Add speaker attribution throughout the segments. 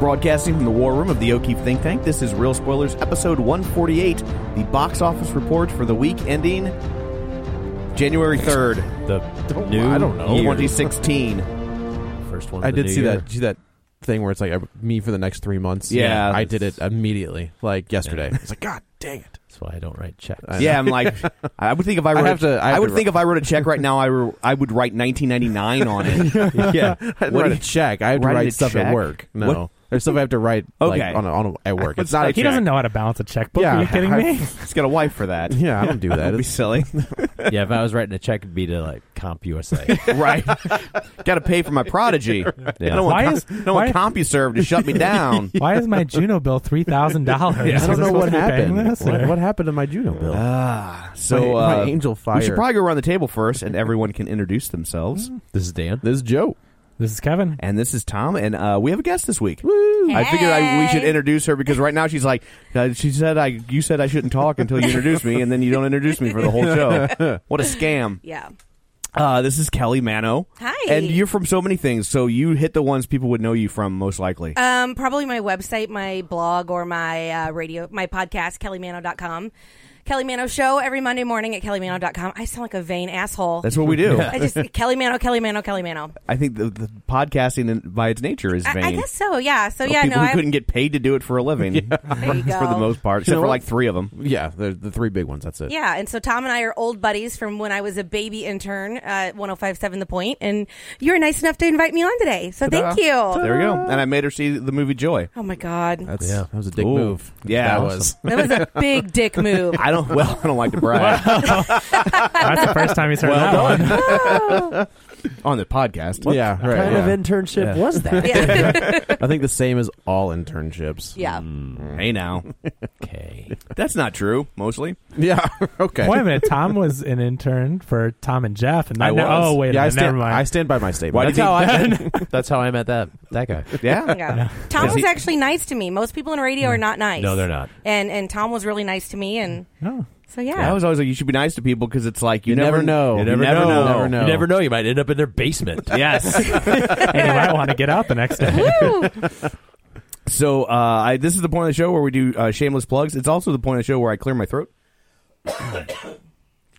Speaker 1: Broadcasting from the war room of the O'Keefe Think Tank, this is Real Spoilers, episode 148, the box office report for the week ending January 3rd,
Speaker 2: the new
Speaker 1: I don't know,
Speaker 2: year.
Speaker 1: 2016.
Speaker 2: first one. of
Speaker 3: I
Speaker 2: the
Speaker 3: did
Speaker 2: new
Speaker 3: see
Speaker 2: year.
Speaker 3: that. See that thing where it's like uh, me for the next three months.
Speaker 1: Yeah.
Speaker 3: I did it immediately, like yesterday. It's like God dang it.
Speaker 2: That's why I don't write checks.
Speaker 1: Yeah, I'm like, I would think if I wrote,
Speaker 3: have
Speaker 1: a-
Speaker 3: to- I have
Speaker 1: would
Speaker 3: to
Speaker 1: think
Speaker 3: write-
Speaker 1: if I wrote a check right now, I, were- I would write 1999 on it.
Speaker 3: yeah, I
Speaker 1: What
Speaker 3: write
Speaker 1: do
Speaker 3: a
Speaker 1: you-
Speaker 3: check. I have to
Speaker 1: write a
Speaker 3: write stuff
Speaker 1: check?
Speaker 3: at work. No,
Speaker 1: What-
Speaker 3: there's stuff I have to write. like,
Speaker 1: Okay.
Speaker 3: on, a, on a, at work. It's not. a
Speaker 4: Like, he
Speaker 3: check.
Speaker 4: doesn't know how to balance a checkbook.
Speaker 3: Yeah,
Speaker 4: Are you kidding me?
Speaker 1: He's got a wife for that.
Speaker 3: Yeah, I don't do that.
Speaker 1: That'd be
Speaker 3: It's-
Speaker 1: silly.
Speaker 2: yeah. If I was writing a check, it'd be to like Comp USA.
Speaker 1: right. got to pay for my Prodigy. I don't want,
Speaker 4: Why
Speaker 1: Com-
Speaker 4: is-
Speaker 1: I don't want CompuServe to shut me down.
Speaker 4: Why is my Juno bill three thousand dollars?
Speaker 3: I don't know what happened. What, what happened to my Juno bill?
Speaker 1: Ah, so
Speaker 3: My- my
Speaker 1: uh,
Speaker 3: angel fire.
Speaker 1: We should probably go around the table first, and everyone can introduce themselves.
Speaker 4: Mm.
Speaker 2: this is Dan.
Speaker 3: this is Joe.
Speaker 4: This is Kevin.
Speaker 1: And this is Tom, and uh, we have a guest this week. I figured I, we should introduce her because right now she's like, uh, she said, "I you said I shouldn't talk until you introduce me, and then you don't introduce me for the whole show. What a scam!"
Speaker 5: Yeah.
Speaker 1: Uh, this is Kelly Mano.
Speaker 5: Hi.
Speaker 1: and you're from so many things, so you hit the ones people would know you from most likely.
Speaker 5: Um, probably my website, my blog, or my uh, radio, my podcast, kellymano.com. Kelly Mano Show every Monday morning at kellymano.com. I sound like a vain asshole.
Speaker 1: That's what we do.
Speaker 5: I just Kelly Mano, Kelly Mano, Kelly Mano.
Speaker 1: I think the, the podcasting in- by its nature is
Speaker 5: I,
Speaker 1: vain.
Speaker 5: I guess so. Yeah. So
Speaker 1: Of
Speaker 5: yeah,
Speaker 1: people
Speaker 5: no,
Speaker 1: who
Speaker 5: I
Speaker 1: couldn't get paid to do it for a living,
Speaker 5: there you go.
Speaker 1: for the most part, except
Speaker 3: know
Speaker 1: for
Speaker 3: what?
Speaker 1: like three of them.
Speaker 3: Yeah, the the three big ones. That's it.
Speaker 5: Yeah, and so Tom and I are old buddies from when I was a baby intern at 105.7 The Point, and you were nice enough to invite me on today. So thank you.
Speaker 1: There we go. And I made her see the movie Joy.
Speaker 5: Oh my God,
Speaker 3: That's, yeah, that was a dick
Speaker 1: Ooh.
Speaker 3: move.
Speaker 1: Yeah.
Speaker 3: that was.
Speaker 5: that was a big dick move.
Speaker 1: I don't. Well, I don't like to brag
Speaker 4: That's the first time he's heard that one.
Speaker 1: on the podcast.
Speaker 3: yeah, right.
Speaker 2: kind
Speaker 3: yeah.
Speaker 2: of internship was that?
Speaker 5: Yeah.
Speaker 3: I think the same as all internships.
Speaker 5: yeah.
Speaker 1: Hey, now
Speaker 2: Okay.
Speaker 1: that's not true. Mostly,
Speaker 3: Yeah. Okay.
Speaker 4: Wait a minute. Tom was an intern for Tom and Jeff, and
Speaker 1: I
Speaker 4: now-
Speaker 1: was.
Speaker 4: oh wait, a
Speaker 3: yeah, I
Speaker 4: minute,
Speaker 3: stand,
Speaker 4: never mind.
Speaker 3: I stand by my statement.
Speaker 1: Why do
Speaker 3: That's
Speaker 1: you
Speaker 3: how I
Speaker 2: That's how I met that that guy.
Speaker 1: yeah.
Speaker 5: Yeah. Tom
Speaker 1: Is
Speaker 5: was
Speaker 1: he-
Speaker 5: actually nice to me. Most people in radio are not nice.
Speaker 2: No, they're not.
Speaker 5: And and Tom was really nice to me. And
Speaker 4: Oh.
Speaker 5: so yeah,
Speaker 1: I was always like, you should be nice to people because it's like you,
Speaker 3: You never know.
Speaker 1: You
Speaker 3: You
Speaker 1: never,
Speaker 3: never
Speaker 1: know.
Speaker 3: know. Never know.
Speaker 2: You never know. You might end up in their basement.
Speaker 1: Yes.
Speaker 4: and you might want to get out the next day.
Speaker 1: so uh, I, this is the point of the show where we do uh, shameless plugs. It's also the point of the show where I clear my throat.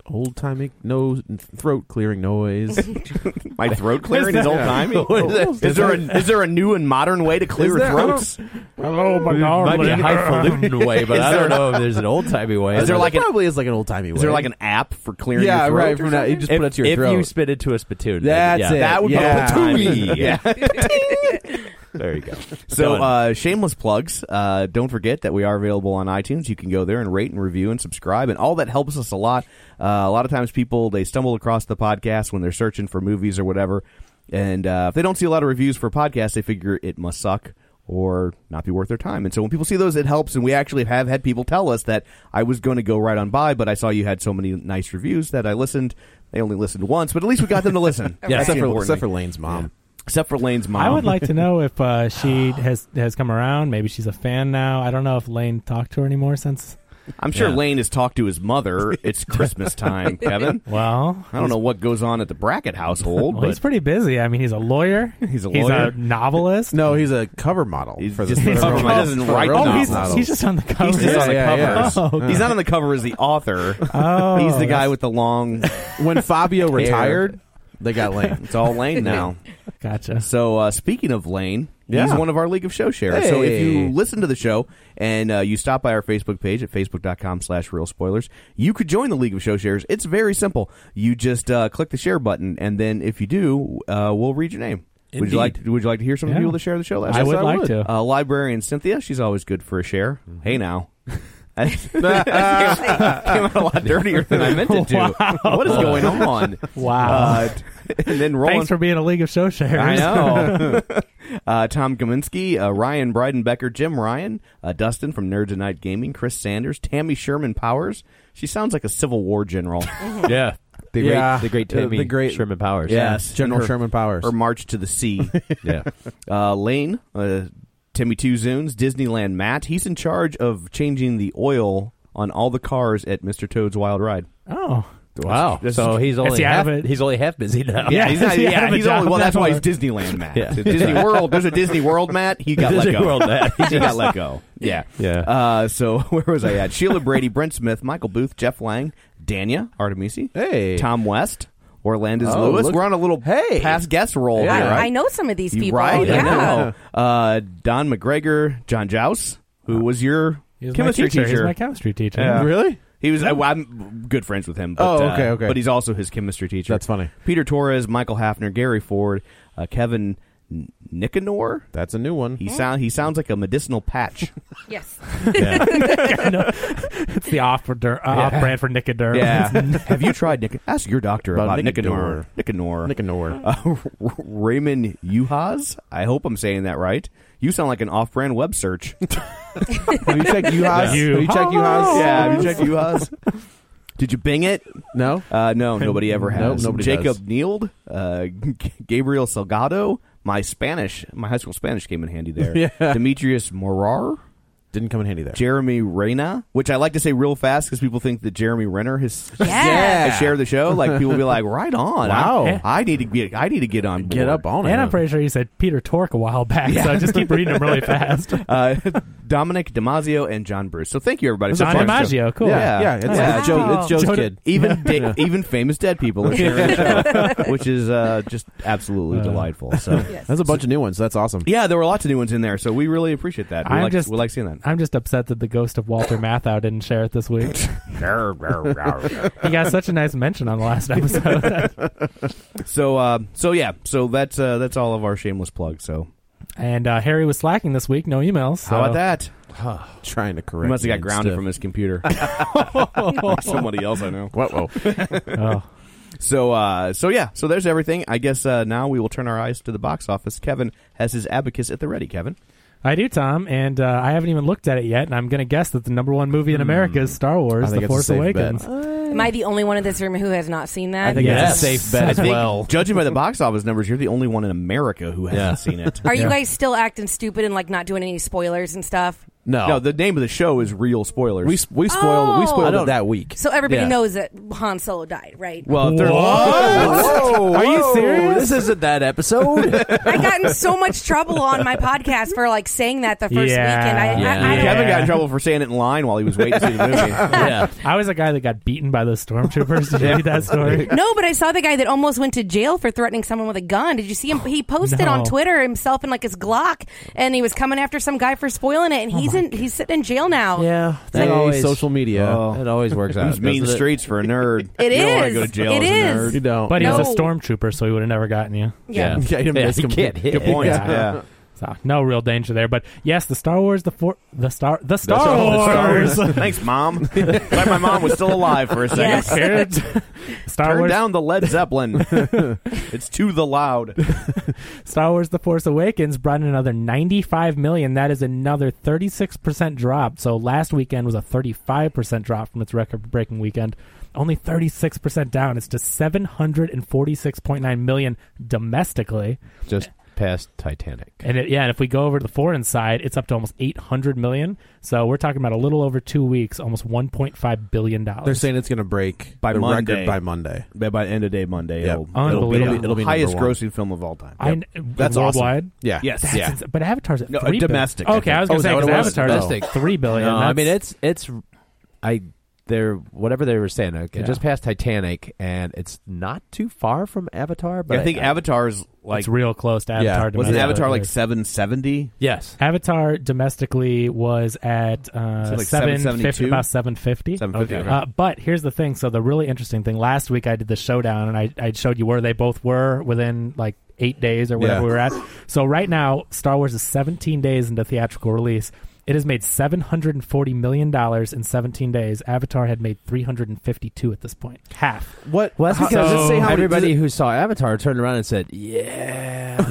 Speaker 3: old timey no throat clearing noise.
Speaker 1: My throat clearing is old timey.
Speaker 3: Is
Speaker 1: Is there a, is there a new and modern way to clear
Speaker 3: there- I don't-
Speaker 1: throats?
Speaker 4: Hello, my
Speaker 2: Might be a highfalutin way, but I don't know if there's an old timey way.
Speaker 1: Is there
Speaker 3: There
Speaker 1: like an-
Speaker 3: probably is like an old timey.
Speaker 1: Is there like an app for clearing?
Speaker 3: yeah
Speaker 1: your throat
Speaker 3: right?
Speaker 1: or
Speaker 3: From that, you
Speaker 1: something?
Speaker 3: just
Speaker 2: if,
Speaker 3: put it to your
Speaker 2: if
Speaker 3: throat.
Speaker 2: you spit into a spittoon,
Speaker 3: That's
Speaker 2: yeah.
Speaker 3: it.
Speaker 1: That would
Speaker 3: Yeah.
Speaker 1: be patooey.
Speaker 2: Yeah.
Speaker 1: Yeah.
Speaker 2: There you go.
Speaker 1: So,
Speaker 2: Done.
Speaker 1: uh, shameless plugs. Uh, don't forget that we are available on iTunes. You can go there and rate and review and subscribe, and all that helps us a lot. Uh, a lot of times, people they stumble across the podcast when they're searching for movies or whatever, and uh, if they don't see a lot of reviews for podcasts, they figure it must suck or not be worth their time. And so, when people see those, it helps. And we actually have had people tell us that I was going to go right on by, but I saw you had so many nice reviews that I listened. They only listened once, but at least we got them to listen.
Speaker 3: yeah,
Speaker 1: That's the
Speaker 3: except for,
Speaker 1: important
Speaker 3: except
Speaker 1: thing.
Speaker 3: for Lane's mom.
Speaker 1: Except for Lane's mom.
Speaker 4: I would like to know if uh, she has has come around. Maybe she's a fan now. I don't know if Lane talked to her anymore since.
Speaker 1: I'm sure Lane has talked to his mother. It's Christmas time, Kevin.
Speaker 4: Well,
Speaker 1: I don't know what goes on at the Brackett household.
Speaker 4: Well,
Speaker 1: but
Speaker 4: he's pretty busy. I mean, he's a lawyer.
Speaker 1: He's a
Speaker 4: He's
Speaker 1: lawyer.
Speaker 4: a novelist.
Speaker 3: No, he's a cover model.
Speaker 1: He's
Speaker 3: for the
Speaker 1: just-
Speaker 3: for the
Speaker 1: he's a
Speaker 3: romance.
Speaker 1: cover- doesn't
Speaker 3: For the
Speaker 1: write
Speaker 3: romance
Speaker 1: novels.
Speaker 4: Oh, he's,
Speaker 3: novels.
Speaker 4: he's just on the cover.
Speaker 1: He's just on the
Speaker 3: Yeah, yeah,
Speaker 1: covers.
Speaker 3: yeah.
Speaker 4: Oh, okay.
Speaker 1: He's not on the cover as the author.
Speaker 4: Oh,
Speaker 1: He's the guy
Speaker 4: that's-
Speaker 1: with the long.
Speaker 3: when Fabio retired, they got Lane.
Speaker 1: It's all Lane now.
Speaker 4: Gotcha.
Speaker 1: So uh, speaking of Lane, he's
Speaker 3: Yeah.
Speaker 1: one of our League of Show sharers. So if
Speaker 3: Hey.
Speaker 1: you listen to the show and uh, you stop by our Facebook page at facebook.com slash real spoilers, you could join the League of Show Sharers. It's very simple. You just uh, click the share button, and then if you do, uh, we'll read your name. Would you
Speaker 3: Indeed.
Speaker 1: like? Would you like to hear some of the
Speaker 4: Yeah.
Speaker 1: people that share the show? Last
Speaker 4: I
Speaker 1: week?
Speaker 4: would like to. Mm-hmm.
Speaker 1: Uh, librarian Cynthia, she's always good for a share. Hey now. I came out a lot dirtier than I meant it to. What is going on?
Speaker 4: Wow.
Speaker 1: Uh, and then Roland
Speaker 4: Thanks for being a League of Show Sharers.
Speaker 1: I know. uh, Tom Kaminsky, uh, Ryan Breidenbecker, Jim Ryan, uh, Dustin from Nerds and Night Gaming, Chris Sanders, Tammy Sherman Powers. She sounds like a Civil War general.
Speaker 2: yeah. The
Speaker 3: Yeah.
Speaker 2: great, the great
Speaker 3: Uh,
Speaker 2: Tammy
Speaker 3: the great-
Speaker 2: Sherman Powers.
Speaker 1: Yes.
Speaker 3: General
Speaker 1: And her-
Speaker 3: Sherman Powers.
Speaker 1: or March to the Sea.
Speaker 2: Yeah.
Speaker 1: uh, Lane, uh, Timmy Two Zunes, Disneyland Matt. He's in charge of changing the oil on all the cars at Mr. Toad's Wild Ride.
Speaker 4: Oh.
Speaker 2: Wow.
Speaker 1: This-
Speaker 2: so he's only
Speaker 4: he out
Speaker 2: half,
Speaker 4: of it?
Speaker 2: he's only half busy now.
Speaker 4: Yeah.
Speaker 1: he's not,
Speaker 4: He had
Speaker 1: yeah,
Speaker 4: a
Speaker 1: he's only,
Speaker 4: job
Speaker 1: well, that's
Speaker 4: now.
Speaker 1: why he's Disneyland Matt.
Speaker 2: Yeah.
Speaker 1: Disney World. There's a Disney World Matt. He got
Speaker 2: Disney
Speaker 1: let go.
Speaker 2: World Matt.
Speaker 1: he got let go. Yeah.
Speaker 2: Yeah.
Speaker 1: Uh, so where was I at? Sheila Brady, Brent Smith, Michael Booth, Jeff Lang, Dania Artemisi,
Speaker 3: Hey.
Speaker 1: Tom West, Orlando's
Speaker 3: Oh,
Speaker 1: Lewis.
Speaker 3: look-
Speaker 1: We're on a little
Speaker 3: Hey.
Speaker 1: past guest roll
Speaker 3: Yeah.
Speaker 1: here,
Speaker 5: I,
Speaker 1: right?
Speaker 5: I know some of these
Speaker 1: You
Speaker 5: people. Oh,
Speaker 1: Right,
Speaker 5: Yeah.
Speaker 1: I know. Uh, Don McGregor, John Jouse, who was your
Speaker 4: He was my
Speaker 1: chemistry
Speaker 4: teacher. He was
Speaker 1: teacher.
Speaker 4: my chemistry teacher.
Speaker 1: Yeah.
Speaker 3: Really?
Speaker 1: He was. I, am good friends with him. But,
Speaker 3: Oh,
Speaker 1: uh,
Speaker 3: okay, okay.
Speaker 1: But he's also his chemistry teacher.
Speaker 3: That's funny.
Speaker 1: Peter Torres, Michael Hafner, Gary Ford, uh, Kevin N- Nicanor.
Speaker 3: That's a new one.
Speaker 1: He sound he sounds like a medicinal patch.
Speaker 5: Yes.
Speaker 4: It's the off, uh, off brand for Nicoderm.
Speaker 1: Have you tried Nic? Ask your doctor about,
Speaker 3: About
Speaker 1: Nicanor. Nicanor.
Speaker 3: Nicanor.
Speaker 1: Uh, Raymond Yuhas. I hope I'm saying that right. You sound like an off-brand web search.
Speaker 3: Have you checked Yuhas?
Speaker 4: Yeah.
Speaker 3: Have you checked Yuhas?
Speaker 1: yeah. Have you checked Yuhas? Did you bing it?
Speaker 3: No.
Speaker 1: Uh, no, nobody ever has.
Speaker 3: Nope, nobody
Speaker 1: Jacob
Speaker 3: does.
Speaker 1: Neild, uh, G- Gabriel Salgado. My Spanish, my high school Spanish came in handy there.
Speaker 3: Yeah.
Speaker 1: Demetrius Morar,
Speaker 3: Didn't come in handy there.
Speaker 1: Jeremy Reyna, which I like to say real fast because people think that Jeremy Renner has
Speaker 5: Yeah.
Speaker 1: has shared the show. Like people be like, right on.
Speaker 3: Wow.
Speaker 1: I, I need to get, I need to get on. Board.
Speaker 3: Get up on it.
Speaker 4: And I'm pretty sure you said Peter Tork a while back, so just keep reading them really fast.
Speaker 1: Uh, Dominic DiMaggio and John Bruce. So thank you everybody.
Speaker 4: John
Speaker 1: so far.
Speaker 4: DiMaggio, cool. Oh.
Speaker 3: Yeah, yeah. It's,
Speaker 1: Yeah.
Speaker 3: it's Joe, it's Joe's
Speaker 4: Joe-
Speaker 3: kid.
Speaker 1: even de- even famous dead people, are sharing the show, which is uh, just absolutely delightful. So
Speaker 3: That's a bunch of new ones. That's awesome.
Speaker 1: Yeah, there were lots of new ones in there, so we really appreciate that. We,
Speaker 4: I'm
Speaker 1: like,
Speaker 4: just-
Speaker 1: we like seeing that.
Speaker 4: I'm just upset that the ghost of Walter Matthau didn't share it this week. he got such a nice mention on the last episode.
Speaker 1: So, uh, so yeah, so that's uh, that's all of our shameless plug. So,
Speaker 4: and uh, Harry was slacking this week, no emails. So.
Speaker 1: how about that?
Speaker 3: Trying to correct.
Speaker 1: He must have got
Speaker 3: me
Speaker 1: grounded
Speaker 3: and
Speaker 1: from his computer. Somebody else I know.
Speaker 3: stuff. Whoa, whoa.
Speaker 4: Oh.
Speaker 1: So, uh, so yeah, so there's everything. I guess uh, now we will turn our eyes to the box office. Kevin has his abacus at the ready. Kevin,
Speaker 4: I do, Tom, and uh, I haven't even looked at it yet, and I'm going to guess that the number one movie in America is Star
Speaker 3: Hmm.
Speaker 4: Wars:
Speaker 3: I think
Speaker 4: The
Speaker 3: it's a
Speaker 4: Force
Speaker 3: safe bet.
Speaker 4: Awakens.
Speaker 5: Am I the only one in this room who has not seen that?
Speaker 2: I think
Speaker 4: Yes.
Speaker 2: that's a safe bet as
Speaker 1: I think,
Speaker 2: well.
Speaker 1: judging by the box office numbers, you're the only one in America who hasn't
Speaker 2: Yeah.
Speaker 1: seen it.
Speaker 5: Are you guys still acting stupid and like not doing any spoilers and stuff?
Speaker 3: No.
Speaker 1: No, the name of the show is Real Spoilers.
Speaker 3: we we spoiled we
Speaker 5: Oh. I
Speaker 3: spoiled it
Speaker 5: don't-
Speaker 3: that week.
Speaker 5: So everybody
Speaker 2: Yeah.
Speaker 5: knows that Han Solo died, right?
Speaker 1: well, if they're-
Speaker 3: Whoa,
Speaker 4: Are you
Speaker 3: whoa,
Speaker 4: serious?
Speaker 3: This isn't that episode.
Speaker 5: I got in so much trouble on my podcast for like saying that the first
Speaker 4: Yeah.
Speaker 5: weekend. I, I, I
Speaker 2: Yeah.
Speaker 5: don't
Speaker 1: Kevin got in trouble for saying it in line while he was waiting to see the movie.
Speaker 2: yeah.
Speaker 4: I was a guy that got beaten by those stormtroopers. Did you read that story?
Speaker 5: No, but I saw the guy that almost went to jail for threatening someone with a gun. Did you see him? He posted
Speaker 4: No.
Speaker 5: on Twitter himself and like his Glock, and he was coming after some guy for spoiling it, and
Speaker 1: Oh
Speaker 5: he's in he's sitting in jail now.
Speaker 2: Yeah.
Speaker 3: Hey, social media.
Speaker 2: It always works out.
Speaker 1: Those mean
Speaker 2: doesn't it?
Speaker 1: streets for a nerd.
Speaker 5: It
Speaker 1: you Don't want to
Speaker 5: is.
Speaker 1: go to jail
Speaker 5: It
Speaker 1: as a
Speaker 5: is.
Speaker 1: nerd.
Speaker 3: You don't.
Speaker 4: But he was a
Speaker 5: No.
Speaker 4: stormtrooper, so he would have never gotten you.
Speaker 5: Yeah.
Speaker 3: Yeah, you missed
Speaker 2: you
Speaker 3: him.
Speaker 2: can't hit
Speaker 1: Good
Speaker 2: it.
Speaker 1: point.
Speaker 4: Yeah.
Speaker 1: Yeah.
Speaker 4: So no real danger there. But yes, the Star Wars, the for- the Star, the Star Wars.
Speaker 1: Thanks, mom. It's like my mom was still alive for a second.
Speaker 5: Yes.
Speaker 4: Kids. Star
Speaker 1: Turn
Speaker 4: Wars,
Speaker 1: down the Led Zeppelin. it's too the loud.
Speaker 4: Star Wars: The Force Awakens brought in another 95 million. That is another 36 percent drop. So last weekend was a 35 percent drop from its record-breaking weekend. Only 36 percent down. It's to 746.9 million domestically.
Speaker 2: Just past Titanic.
Speaker 4: And it, yeah, and if we go over to the foreign side, it's up to almost 800 million. So we're talking about a little over two weeks, almost 1.5 billion dollars.
Speaker 3: They're saying it's going to break
Speaker 1: by
Speaker 3: the
Speaker 1: Monday.
Speaker 3: record by Monday.
Speaker 1: By, by end of day Monday,
Speaker 3: Yep.
Speaker 1: it'll, it'll, be,
Speaker 4: Unbelievable.
Speaker 1: it'll be- it'll be
Speaker 3: Highest
Speaker 1: highest grossing film of all time.
Speaker 4: I
Speaker 1: Yep.
Speaker 4: kn-
Speaker 1: That's awesome.
Speaker 4: worldwide.
Speaker 3: Yeah.
Speaker 1: Yes.
Speaker 4: That's
Speaker 1: Yeah.
Speaker 4: ins- but Avatar's at
Speaker 1: No, uh,
Speaker 4: three billion.
Speaker 1: domestic, I
Speaker 4: Okay,
Speaker 1: think.
Speaker 4: I was going
Speaker 1: Oh, is
Speaker 4: to
Speaker 1: that
Speaker 4: say
Speaker 1: what
Speaker 4: 'cause
Speaker 1: it was?
Speaker 4: Avatar's
Speaker 1: Oh.
Speaker 4: at like three billion.
Speaker 2: No, I
Speaker 4: That's-
Speaker 2: mean it's it's I they're whatever they were saying. Okay, just past Titanic, and it's not too far from Avatar. But
Speaker 1: I think Avatar's like
Speaker 4: it's real close to Avatar.
Speaker 1: Yeah. Wasn't
Speaker 4: domestically.
Speaker 1: Avatar like seven seventy?
Speaker 2: yes,
Speaker 4: Avatar domestically was at
Speaker 1: So
Speaker 4: uh,
Speaker 1: like
Speaker 4: seven
Speaker 1: 772?
Speaker 4: fifty, about seven fifty.
Speaker 1: 750, okay.
Speaker 4: Uh, but here's the thing. So the really interesting thing. Last week I did the showdown, and I, I showed you where they both were within like eight days or whatever
Speaker 3: Yeah.
Speaker 4: we were at. So right now, Star Wars is 17 days into theatrical release. It has made 740 million dollars in 17 days. Avatar had made 352 at this point, half.
Speaker 3: What?
Speaker 2: Well, that's
Speaker 3: how-
Speaker 2: because
Speaker 3: does it say how many-
Speaker 2: everybody
Speaker 3: does
Speaker 2: who saw Avatar turned around and said, "Yeah,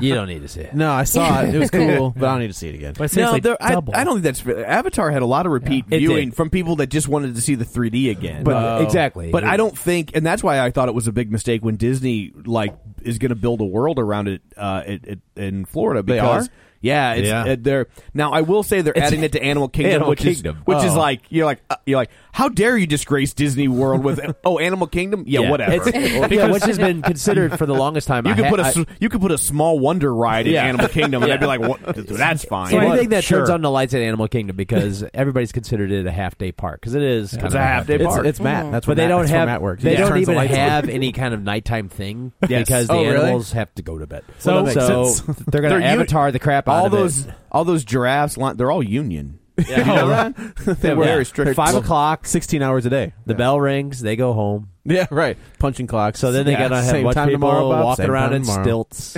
Speaker 2: you don't need to see it."
Speaker 3: it- No, I saw it. It was cool, but I don't need to see it again.
Speaker 4: But
Speaker 1: No,
Speaker 4: seriously,
Speaker 1: there- I,
Speaker 4: double.
Speaker 1: I don't think that's fair. Avatar had a lot of repeat
Speaker 2: It
Speaker 1: viewing
Speaker 2: did.
Speaker 1: from people that just wanted to see the 3D again. Uh,
Speaker 2: But- Oh. exactly.
Speaker 1: But
Speaker 2: Yeah.
Speaker 1: I don't think, and that's why I thought it was a big mistake when Disney like is going to build a world around it, uh, it, it in Florida.
Speaker 3: They
Speaker 1: Because,
Speaker 3: are?
Speaker 1: Yeah, it's,
Speaker 3: Yeah.
Speaker 1: uh, they're now. I will say they're adding it to Animal Kingdom,
Speaker 2: Animal
Speaker 1: which
Speaker 2: Kingdom.
Speaker 1: is which is
Speaker 2: Oh.
Speaker 1: like you're like uh, you're like how dare you disgrace Disney World with oh Animal Kingdom? Yeah, whatever.
Speaker 2: It's- yeah, which has been considered for the longest time.
Speaker 1: You
Speaker 2: I
Speaker 1: could
Speaker 2: ha-
Speaker 1: put a
Speaker 2: I-
Speaker 1: s- you could put a small wonder ride in
Speaker 2: Yeah.
Speaker 1: Animal Kingdom, and I'd be like, what? that's fine.
Speaker 2: So
Speaker 1: What?
Speaker 2: anything that
Speaker 1: Sure.
Speaker 2: turns on the lights at Animal Kingdom because everybody's considered it a half day park because it is. kind
Speaker 1: It's
Speaker 2: of
Speaker 1: a half-day
Speaker 2: half-day.
Speaker 3: It's,
Speaker 1: Park.
Speaker 3: it's Matt. That's where
Speaker 2: but they
Speaker 3: Matt-
Speaker 2: don't
Speaker 3: that's where
Speaker 2: have
Speaker 3: Matt works.
Speaker 2: they
Speaker 3: He
Speaker 2: don't
Speaker 3: turns the
Speaker 2: even
Speaker 3: lights on.
Speaker 2: have any kind of nighttime thing
Speaker 1: Yes.
Speaker 2: because
Speaker 1: Oh,
Speaker 2: the
Speaker 1: really?
Speaker 2: animals have to go to bed.
Speaker 4: Well, that makes
Speaker 2: so
Speaker 4: sense.
Speaker 2: they're going
Speaker 1: They're
Speaker 2: to
Speaker 1: uni-
Speaker 2: avatar the crap out
Speaker 1: all
Speaker 2: of it.
Speaker 1: those all those giraffes. li- They're all union. Yeah, they were
Speaker 2: Yeah.
Speaker 1: very strict.
Speaker 2: Five o'clock,
Speaker 3: Sixteen hours a day.
Speaker 2: the bell rings, they go home.
Speaker 3: Yeah, right. Punching clock.
Speaker 2: So then they
Speaker 3: yeah,
Speaker 2: got to have
Speaker 3: same
Speaker 2: what
Speaker 3: time
Speaker 2: people
Speaker 3: tomorrow, Bob,
Speaker 2: walking
Speaker 3: same
Speaker 2: around
Speaker 3: time
Speaker 2: in
Speaker 3: tomorrow.
Speaker 2: stilts,